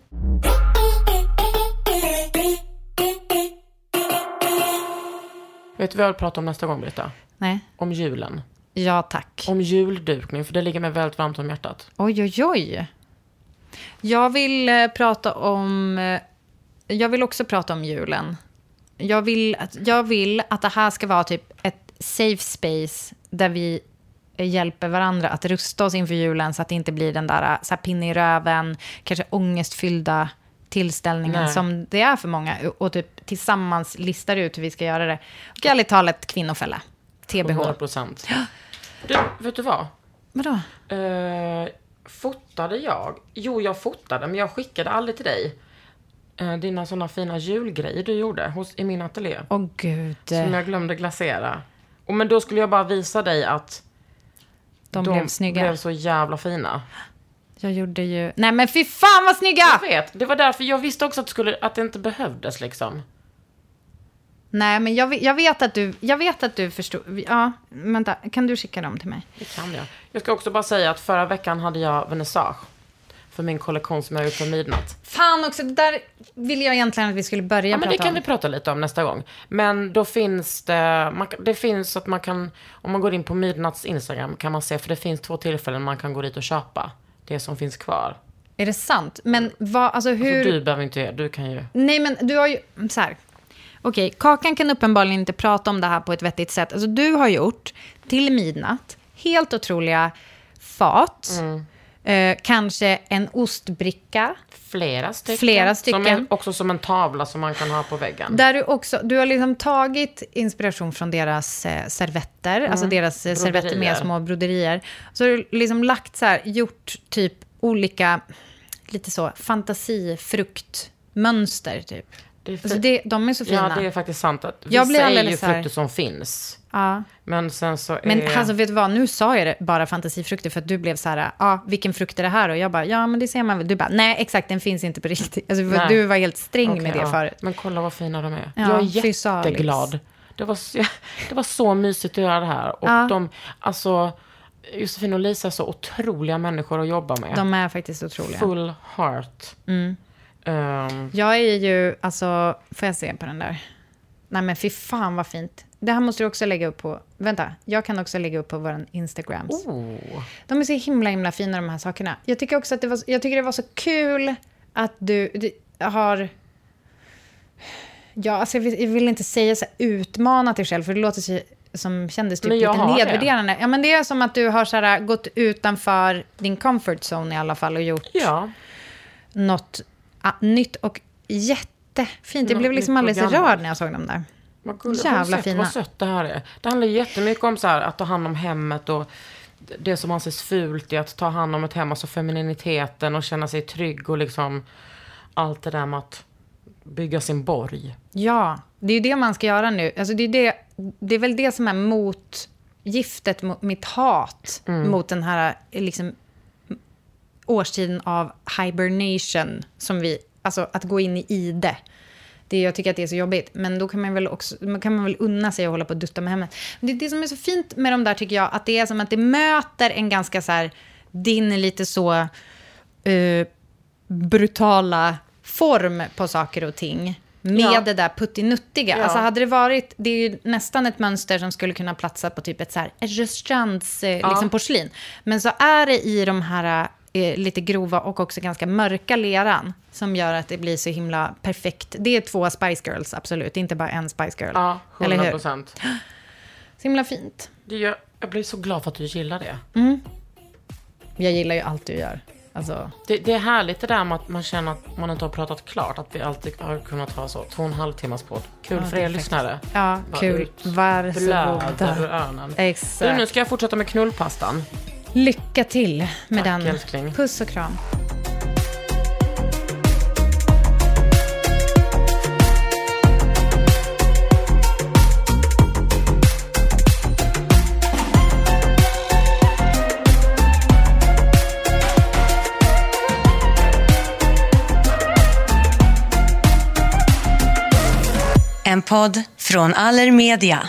[SPEAKER 3] Vet du vad jag vill prata om nästa gång, Britta?
[SPEAKER 2] Nej.
[SPEAKER 3] Om julen.
[SPEAKER 2] Ja, tack.
[SPEAKER 3] Om juldukning, för det ligger mig väldigt varmt om hjärtat.
[SPEAKER 2] Oj, oj, oj. Jag vill eh, prata om... eh, Jag vill också prata om julen. Jag vill, att, jag vill att det här ska vara typ ett safe space där vi eh, hjälper varandra att rusta oss inför julen så att det inte blir den där eh, så här, pinne i röven, kanske ångestfyllda tillställningen
[SPEAKER 3] Nej.
[SPEAKER 2] som det är för många. Och, och typ tillsammans listar ut hur vi ska göra det. Och ärligt talat, kvinnofälla. TBH.
[SPEAKER 3] 100%. Du, vet du vad?
[SPEAKER 2] Vadå?
[SPEAKER 3] Eh, fotade jag? Jo, jag fotade, men jag skickade aldrig till dig. Eh, dina sådana fina julgrejer du gjorde hos, i min ateljé.
[SPEAKER 2] Åh gud.
[SPEAKER 3] Som jag glömde glasera. Och, men då skulle jag bara visa dig att
[SPEAKER 2] De blev snygga.
[SPEAKER 3] blev så jävla fina.
[SPEAKER 2] Jag gjorde ju... Nej men fy fan vad snygga!
[SPEAKER 3] Jag vet, det var därför jag visste också att, det skulle, att det inte behövdes liksom.
[SPEAKER 2] Nej men jag, ve- jag vet att du, jag vet att du förstod. Ja, vänta. Kan du skicka dem till mig?
[SPEAKER 3] Det kan jag. Jag ska också bara säga att förra veckan hade jag vernissage. För min kollektion som jag har gjort för midnatt.
[SPEAKER 2] Fan också, det där ville jag egentligen att vi skulle börja
[SPEAKER 3] Ja, men det
[SPEAKER 2] prata
[SPEAKER 3] kan
[SPEAKER 2] om.
[SPEAKER 3] vi prata lite om nästa gång. Men då finns det, man, kan- det finns att man kan, om man går in på Midnatts Instagram kan man se, för det finns två tillfällen man kan gå dit och köpa det som finns kvar.
[SPEAKER 2] Är det sant? Men vad, alltså hur...
[SPEAKER 3] Så du behöver inte göra, du kan ju.
[SPEAKER 2] Nej men du har ju... Så här. Okej, Kakan kan uppenbarligen inte prata om det här på ett vettigt sätt. Alltså du har gjort, till midnatt, helt otroliga fat.
[SPEAKER 3] Mm.
[SPEAKER 2] Eh, kanske en ostbricka.
[SPEAKER 3] Flera stycken.
[SPEAKER 2] Flera stycken.
[SPEAKER 3] Som en, också som en tavla som man kan ha på väggen.
[SPEAKER 2] Där du också, du har liksom tagit inspiration från deras eh, servetter, alltså deras eh, servetter
[SPEAKER 3] Mm. Broderier.
[SPEAKER 2] med små broderier. Så har du liksom lagt så här, gjort typ olika, lite så, fantasifruktmönster typ.
[SPEAKER 3] Det är fi-
[SPEAKER 2] Alltså det, de är så fina.
[SPEAKER 3] Ja, det är faktiskt sant. Att
[SPEAKER 2] Jag
[SPEAKER 3] vissa
[SPEAKER 2] blir
[SPEAKER 3] är ju
[SPEAKER 2] alldeles så här-
[SPEAKER 3] frukter som finns.
[SPEAKER 2] Ja.
[SPEAKER 3] Men sen så är...
[SPEAKER 2] Men alltså vet du vad, nu sa jag det bara fantasifrukter för att du blev så här, ja ah, vilken frukt är det här? Och jag bara, ja men det ser man väl. Du bara, nej exakt den finns inte på riktigt. Alltså,
[SPEAKER 3] Nej.
[SPEAKER 2] du var helt sträng
[SPEAKER 3] Okej,
[SPEAKER 2] med det
[SPEAKER 3] ja.
[SPEAKER 2] förut.
[SPEAKER 3] Men kolla vad fina de är.
[SPEAKER 2] Ja,
[SPEAKER 3] jag är
[SPEAKER 2] fysalis.
[SPEAKER 3] jätteglad. Det var, så- det var så mysigt att göra det här. Och
[SPEAKER 2] Ja.
[SPEAKER 3] de, alltså, Josefin och Lisa är så otroliga människor att jobba med.
[SPEAKER 2] De är faktiskt otroliga.
[SPEAKER 3] Full heart.
[SPEAKER 2] Mm.
[SPEAKER 3] Ehm,
[SPEAKER 2] Jag är ju, alltså, får jag se på den där? Nej men fy fan vad fint. Det här måste du också lägga upp på, vänta, jag kan också lägga upp på vår Instagrams.
[SPEAKER 3] oh.
[SPEAKER 2] De är så himla himla fina de här sakerna. Jag tycker också att det var, jag tycker det var så kul att du, du har... Ja, alltså jag, vill, jag vill inte säga så här, utmanat dig själv, för det låter så, som kändes typ
[SPEAKER 3] Men jag
[SPEAKER 2] lite
[SPEAKER 3] har det.
[SPEAKER 2] nedvärderande. Ja, men det är som att du har så här, gått utanför din comfort zone i alla fall och gjort
[SPEAKER 3] ja.
[SPEAKER 2] något ah, nytt och jättefint. Jag
[SPEAKER 3] Något
[SPEAKER 2] blev liksom
[SPEAKER 3] nytt
[SPEAKER 2] alldeles
[SPEAKER 3] och gammalt.
[SPEAKER 2] rörd när jag såg dem där.
[SPEAKER 3] Vad gulligt.
[SPEAKER 2] Jävla
[SPEAKER 3] Har du sett
[SPEAKER 2] fina.
[SPEAKER 3] Vad sött det här är. Det handlar ju jättemycket om så här, att ta hand om hemmet och det som anses fult i att ta hand om ett hem. Alltså femininiteten och känna sig trygg och liksom allt det där med att bygga sin borg.
[SPEAKER 2] Ja, det är ju det man ska göra nu. Alltså det, är det, det är väl det som är motgiftet, mot mitt hat
[SPEAKER 3] Mm.
[SPEAKER 2] mot den här liksom, årstiden av hibernation, som vi, alltså att gå in i ide. Det jag tycker att det är så jobbigt. Men då kan man väl också man kan man väl unna sig att hålla på och dutta med hemmet. Men det är det som är så fint med de där tycker jag, att det är som att det möter en ganska så här, din lite så eh, brutala form på saker och ting. Med
[SPEAKER 3] Ja.
[SPEAKER 2] det där puttinuttiga.
[SPEAKER 3] Ja.
[SPEAKER 2] Alltså hade det varit, det är ju nästan ett mönster som skulle kunna platsa på typ ett så här restaurants eh,
[SPEAKER 3] Ja.
[SPEAKER 2] liksom porslin. Men så är det i de här eh, lite grova och också ganska mörka leran som gör att det blir så himla perfekt. Det är två Spice Girls, absolut. Inte bara en Spice Girl.
[SPEAKER 3] Ja,
[SPEAKER 2] Eller
[SPEAKER 3] 100
[SPEAKER 2] hur?
[SPEAKER 3] procent.
[SPEAKER 2] Så himla fint.
[SPEAKER 3] Jag, jag blir så glad för att du gillar det.
[SPEAKER 2] Jag gillar ju allt du gör. Alltså,
[SPEAKER 3] det. Det är härligt det där med att man känner att man inte har pratat klart. Att vi alltid har kunnat ha så två och en halv timmas podd. Kul
[SPEAKER 2] Ja,
[SPEAKER 3] för er
[SPEAKER 2] perfekt.
[SPEAKER 3] lyssnare.
[SPEAKER 2] ja,
[SPEAKER 3] Bara
[SPEAKER 2] kul.
[SPEAKER 3] ut. Blöder ur
[SPEAKER 2] Varsågoda.
[SPEAKER 3] öronen. Du,
[SPEAKER 2] Exakt.
[SPEAKER 3] nu ska jag fortsätta med knullpastan.
[SPEAKER 2] Lycka till
[SPEAKER 3] Tack,
[SPEAKER 2] med den.
[SPEAKER 3] älskling.
[SPEAKER 2] Puss och kram.
[SPEAKER 4] En podd från Allermedia.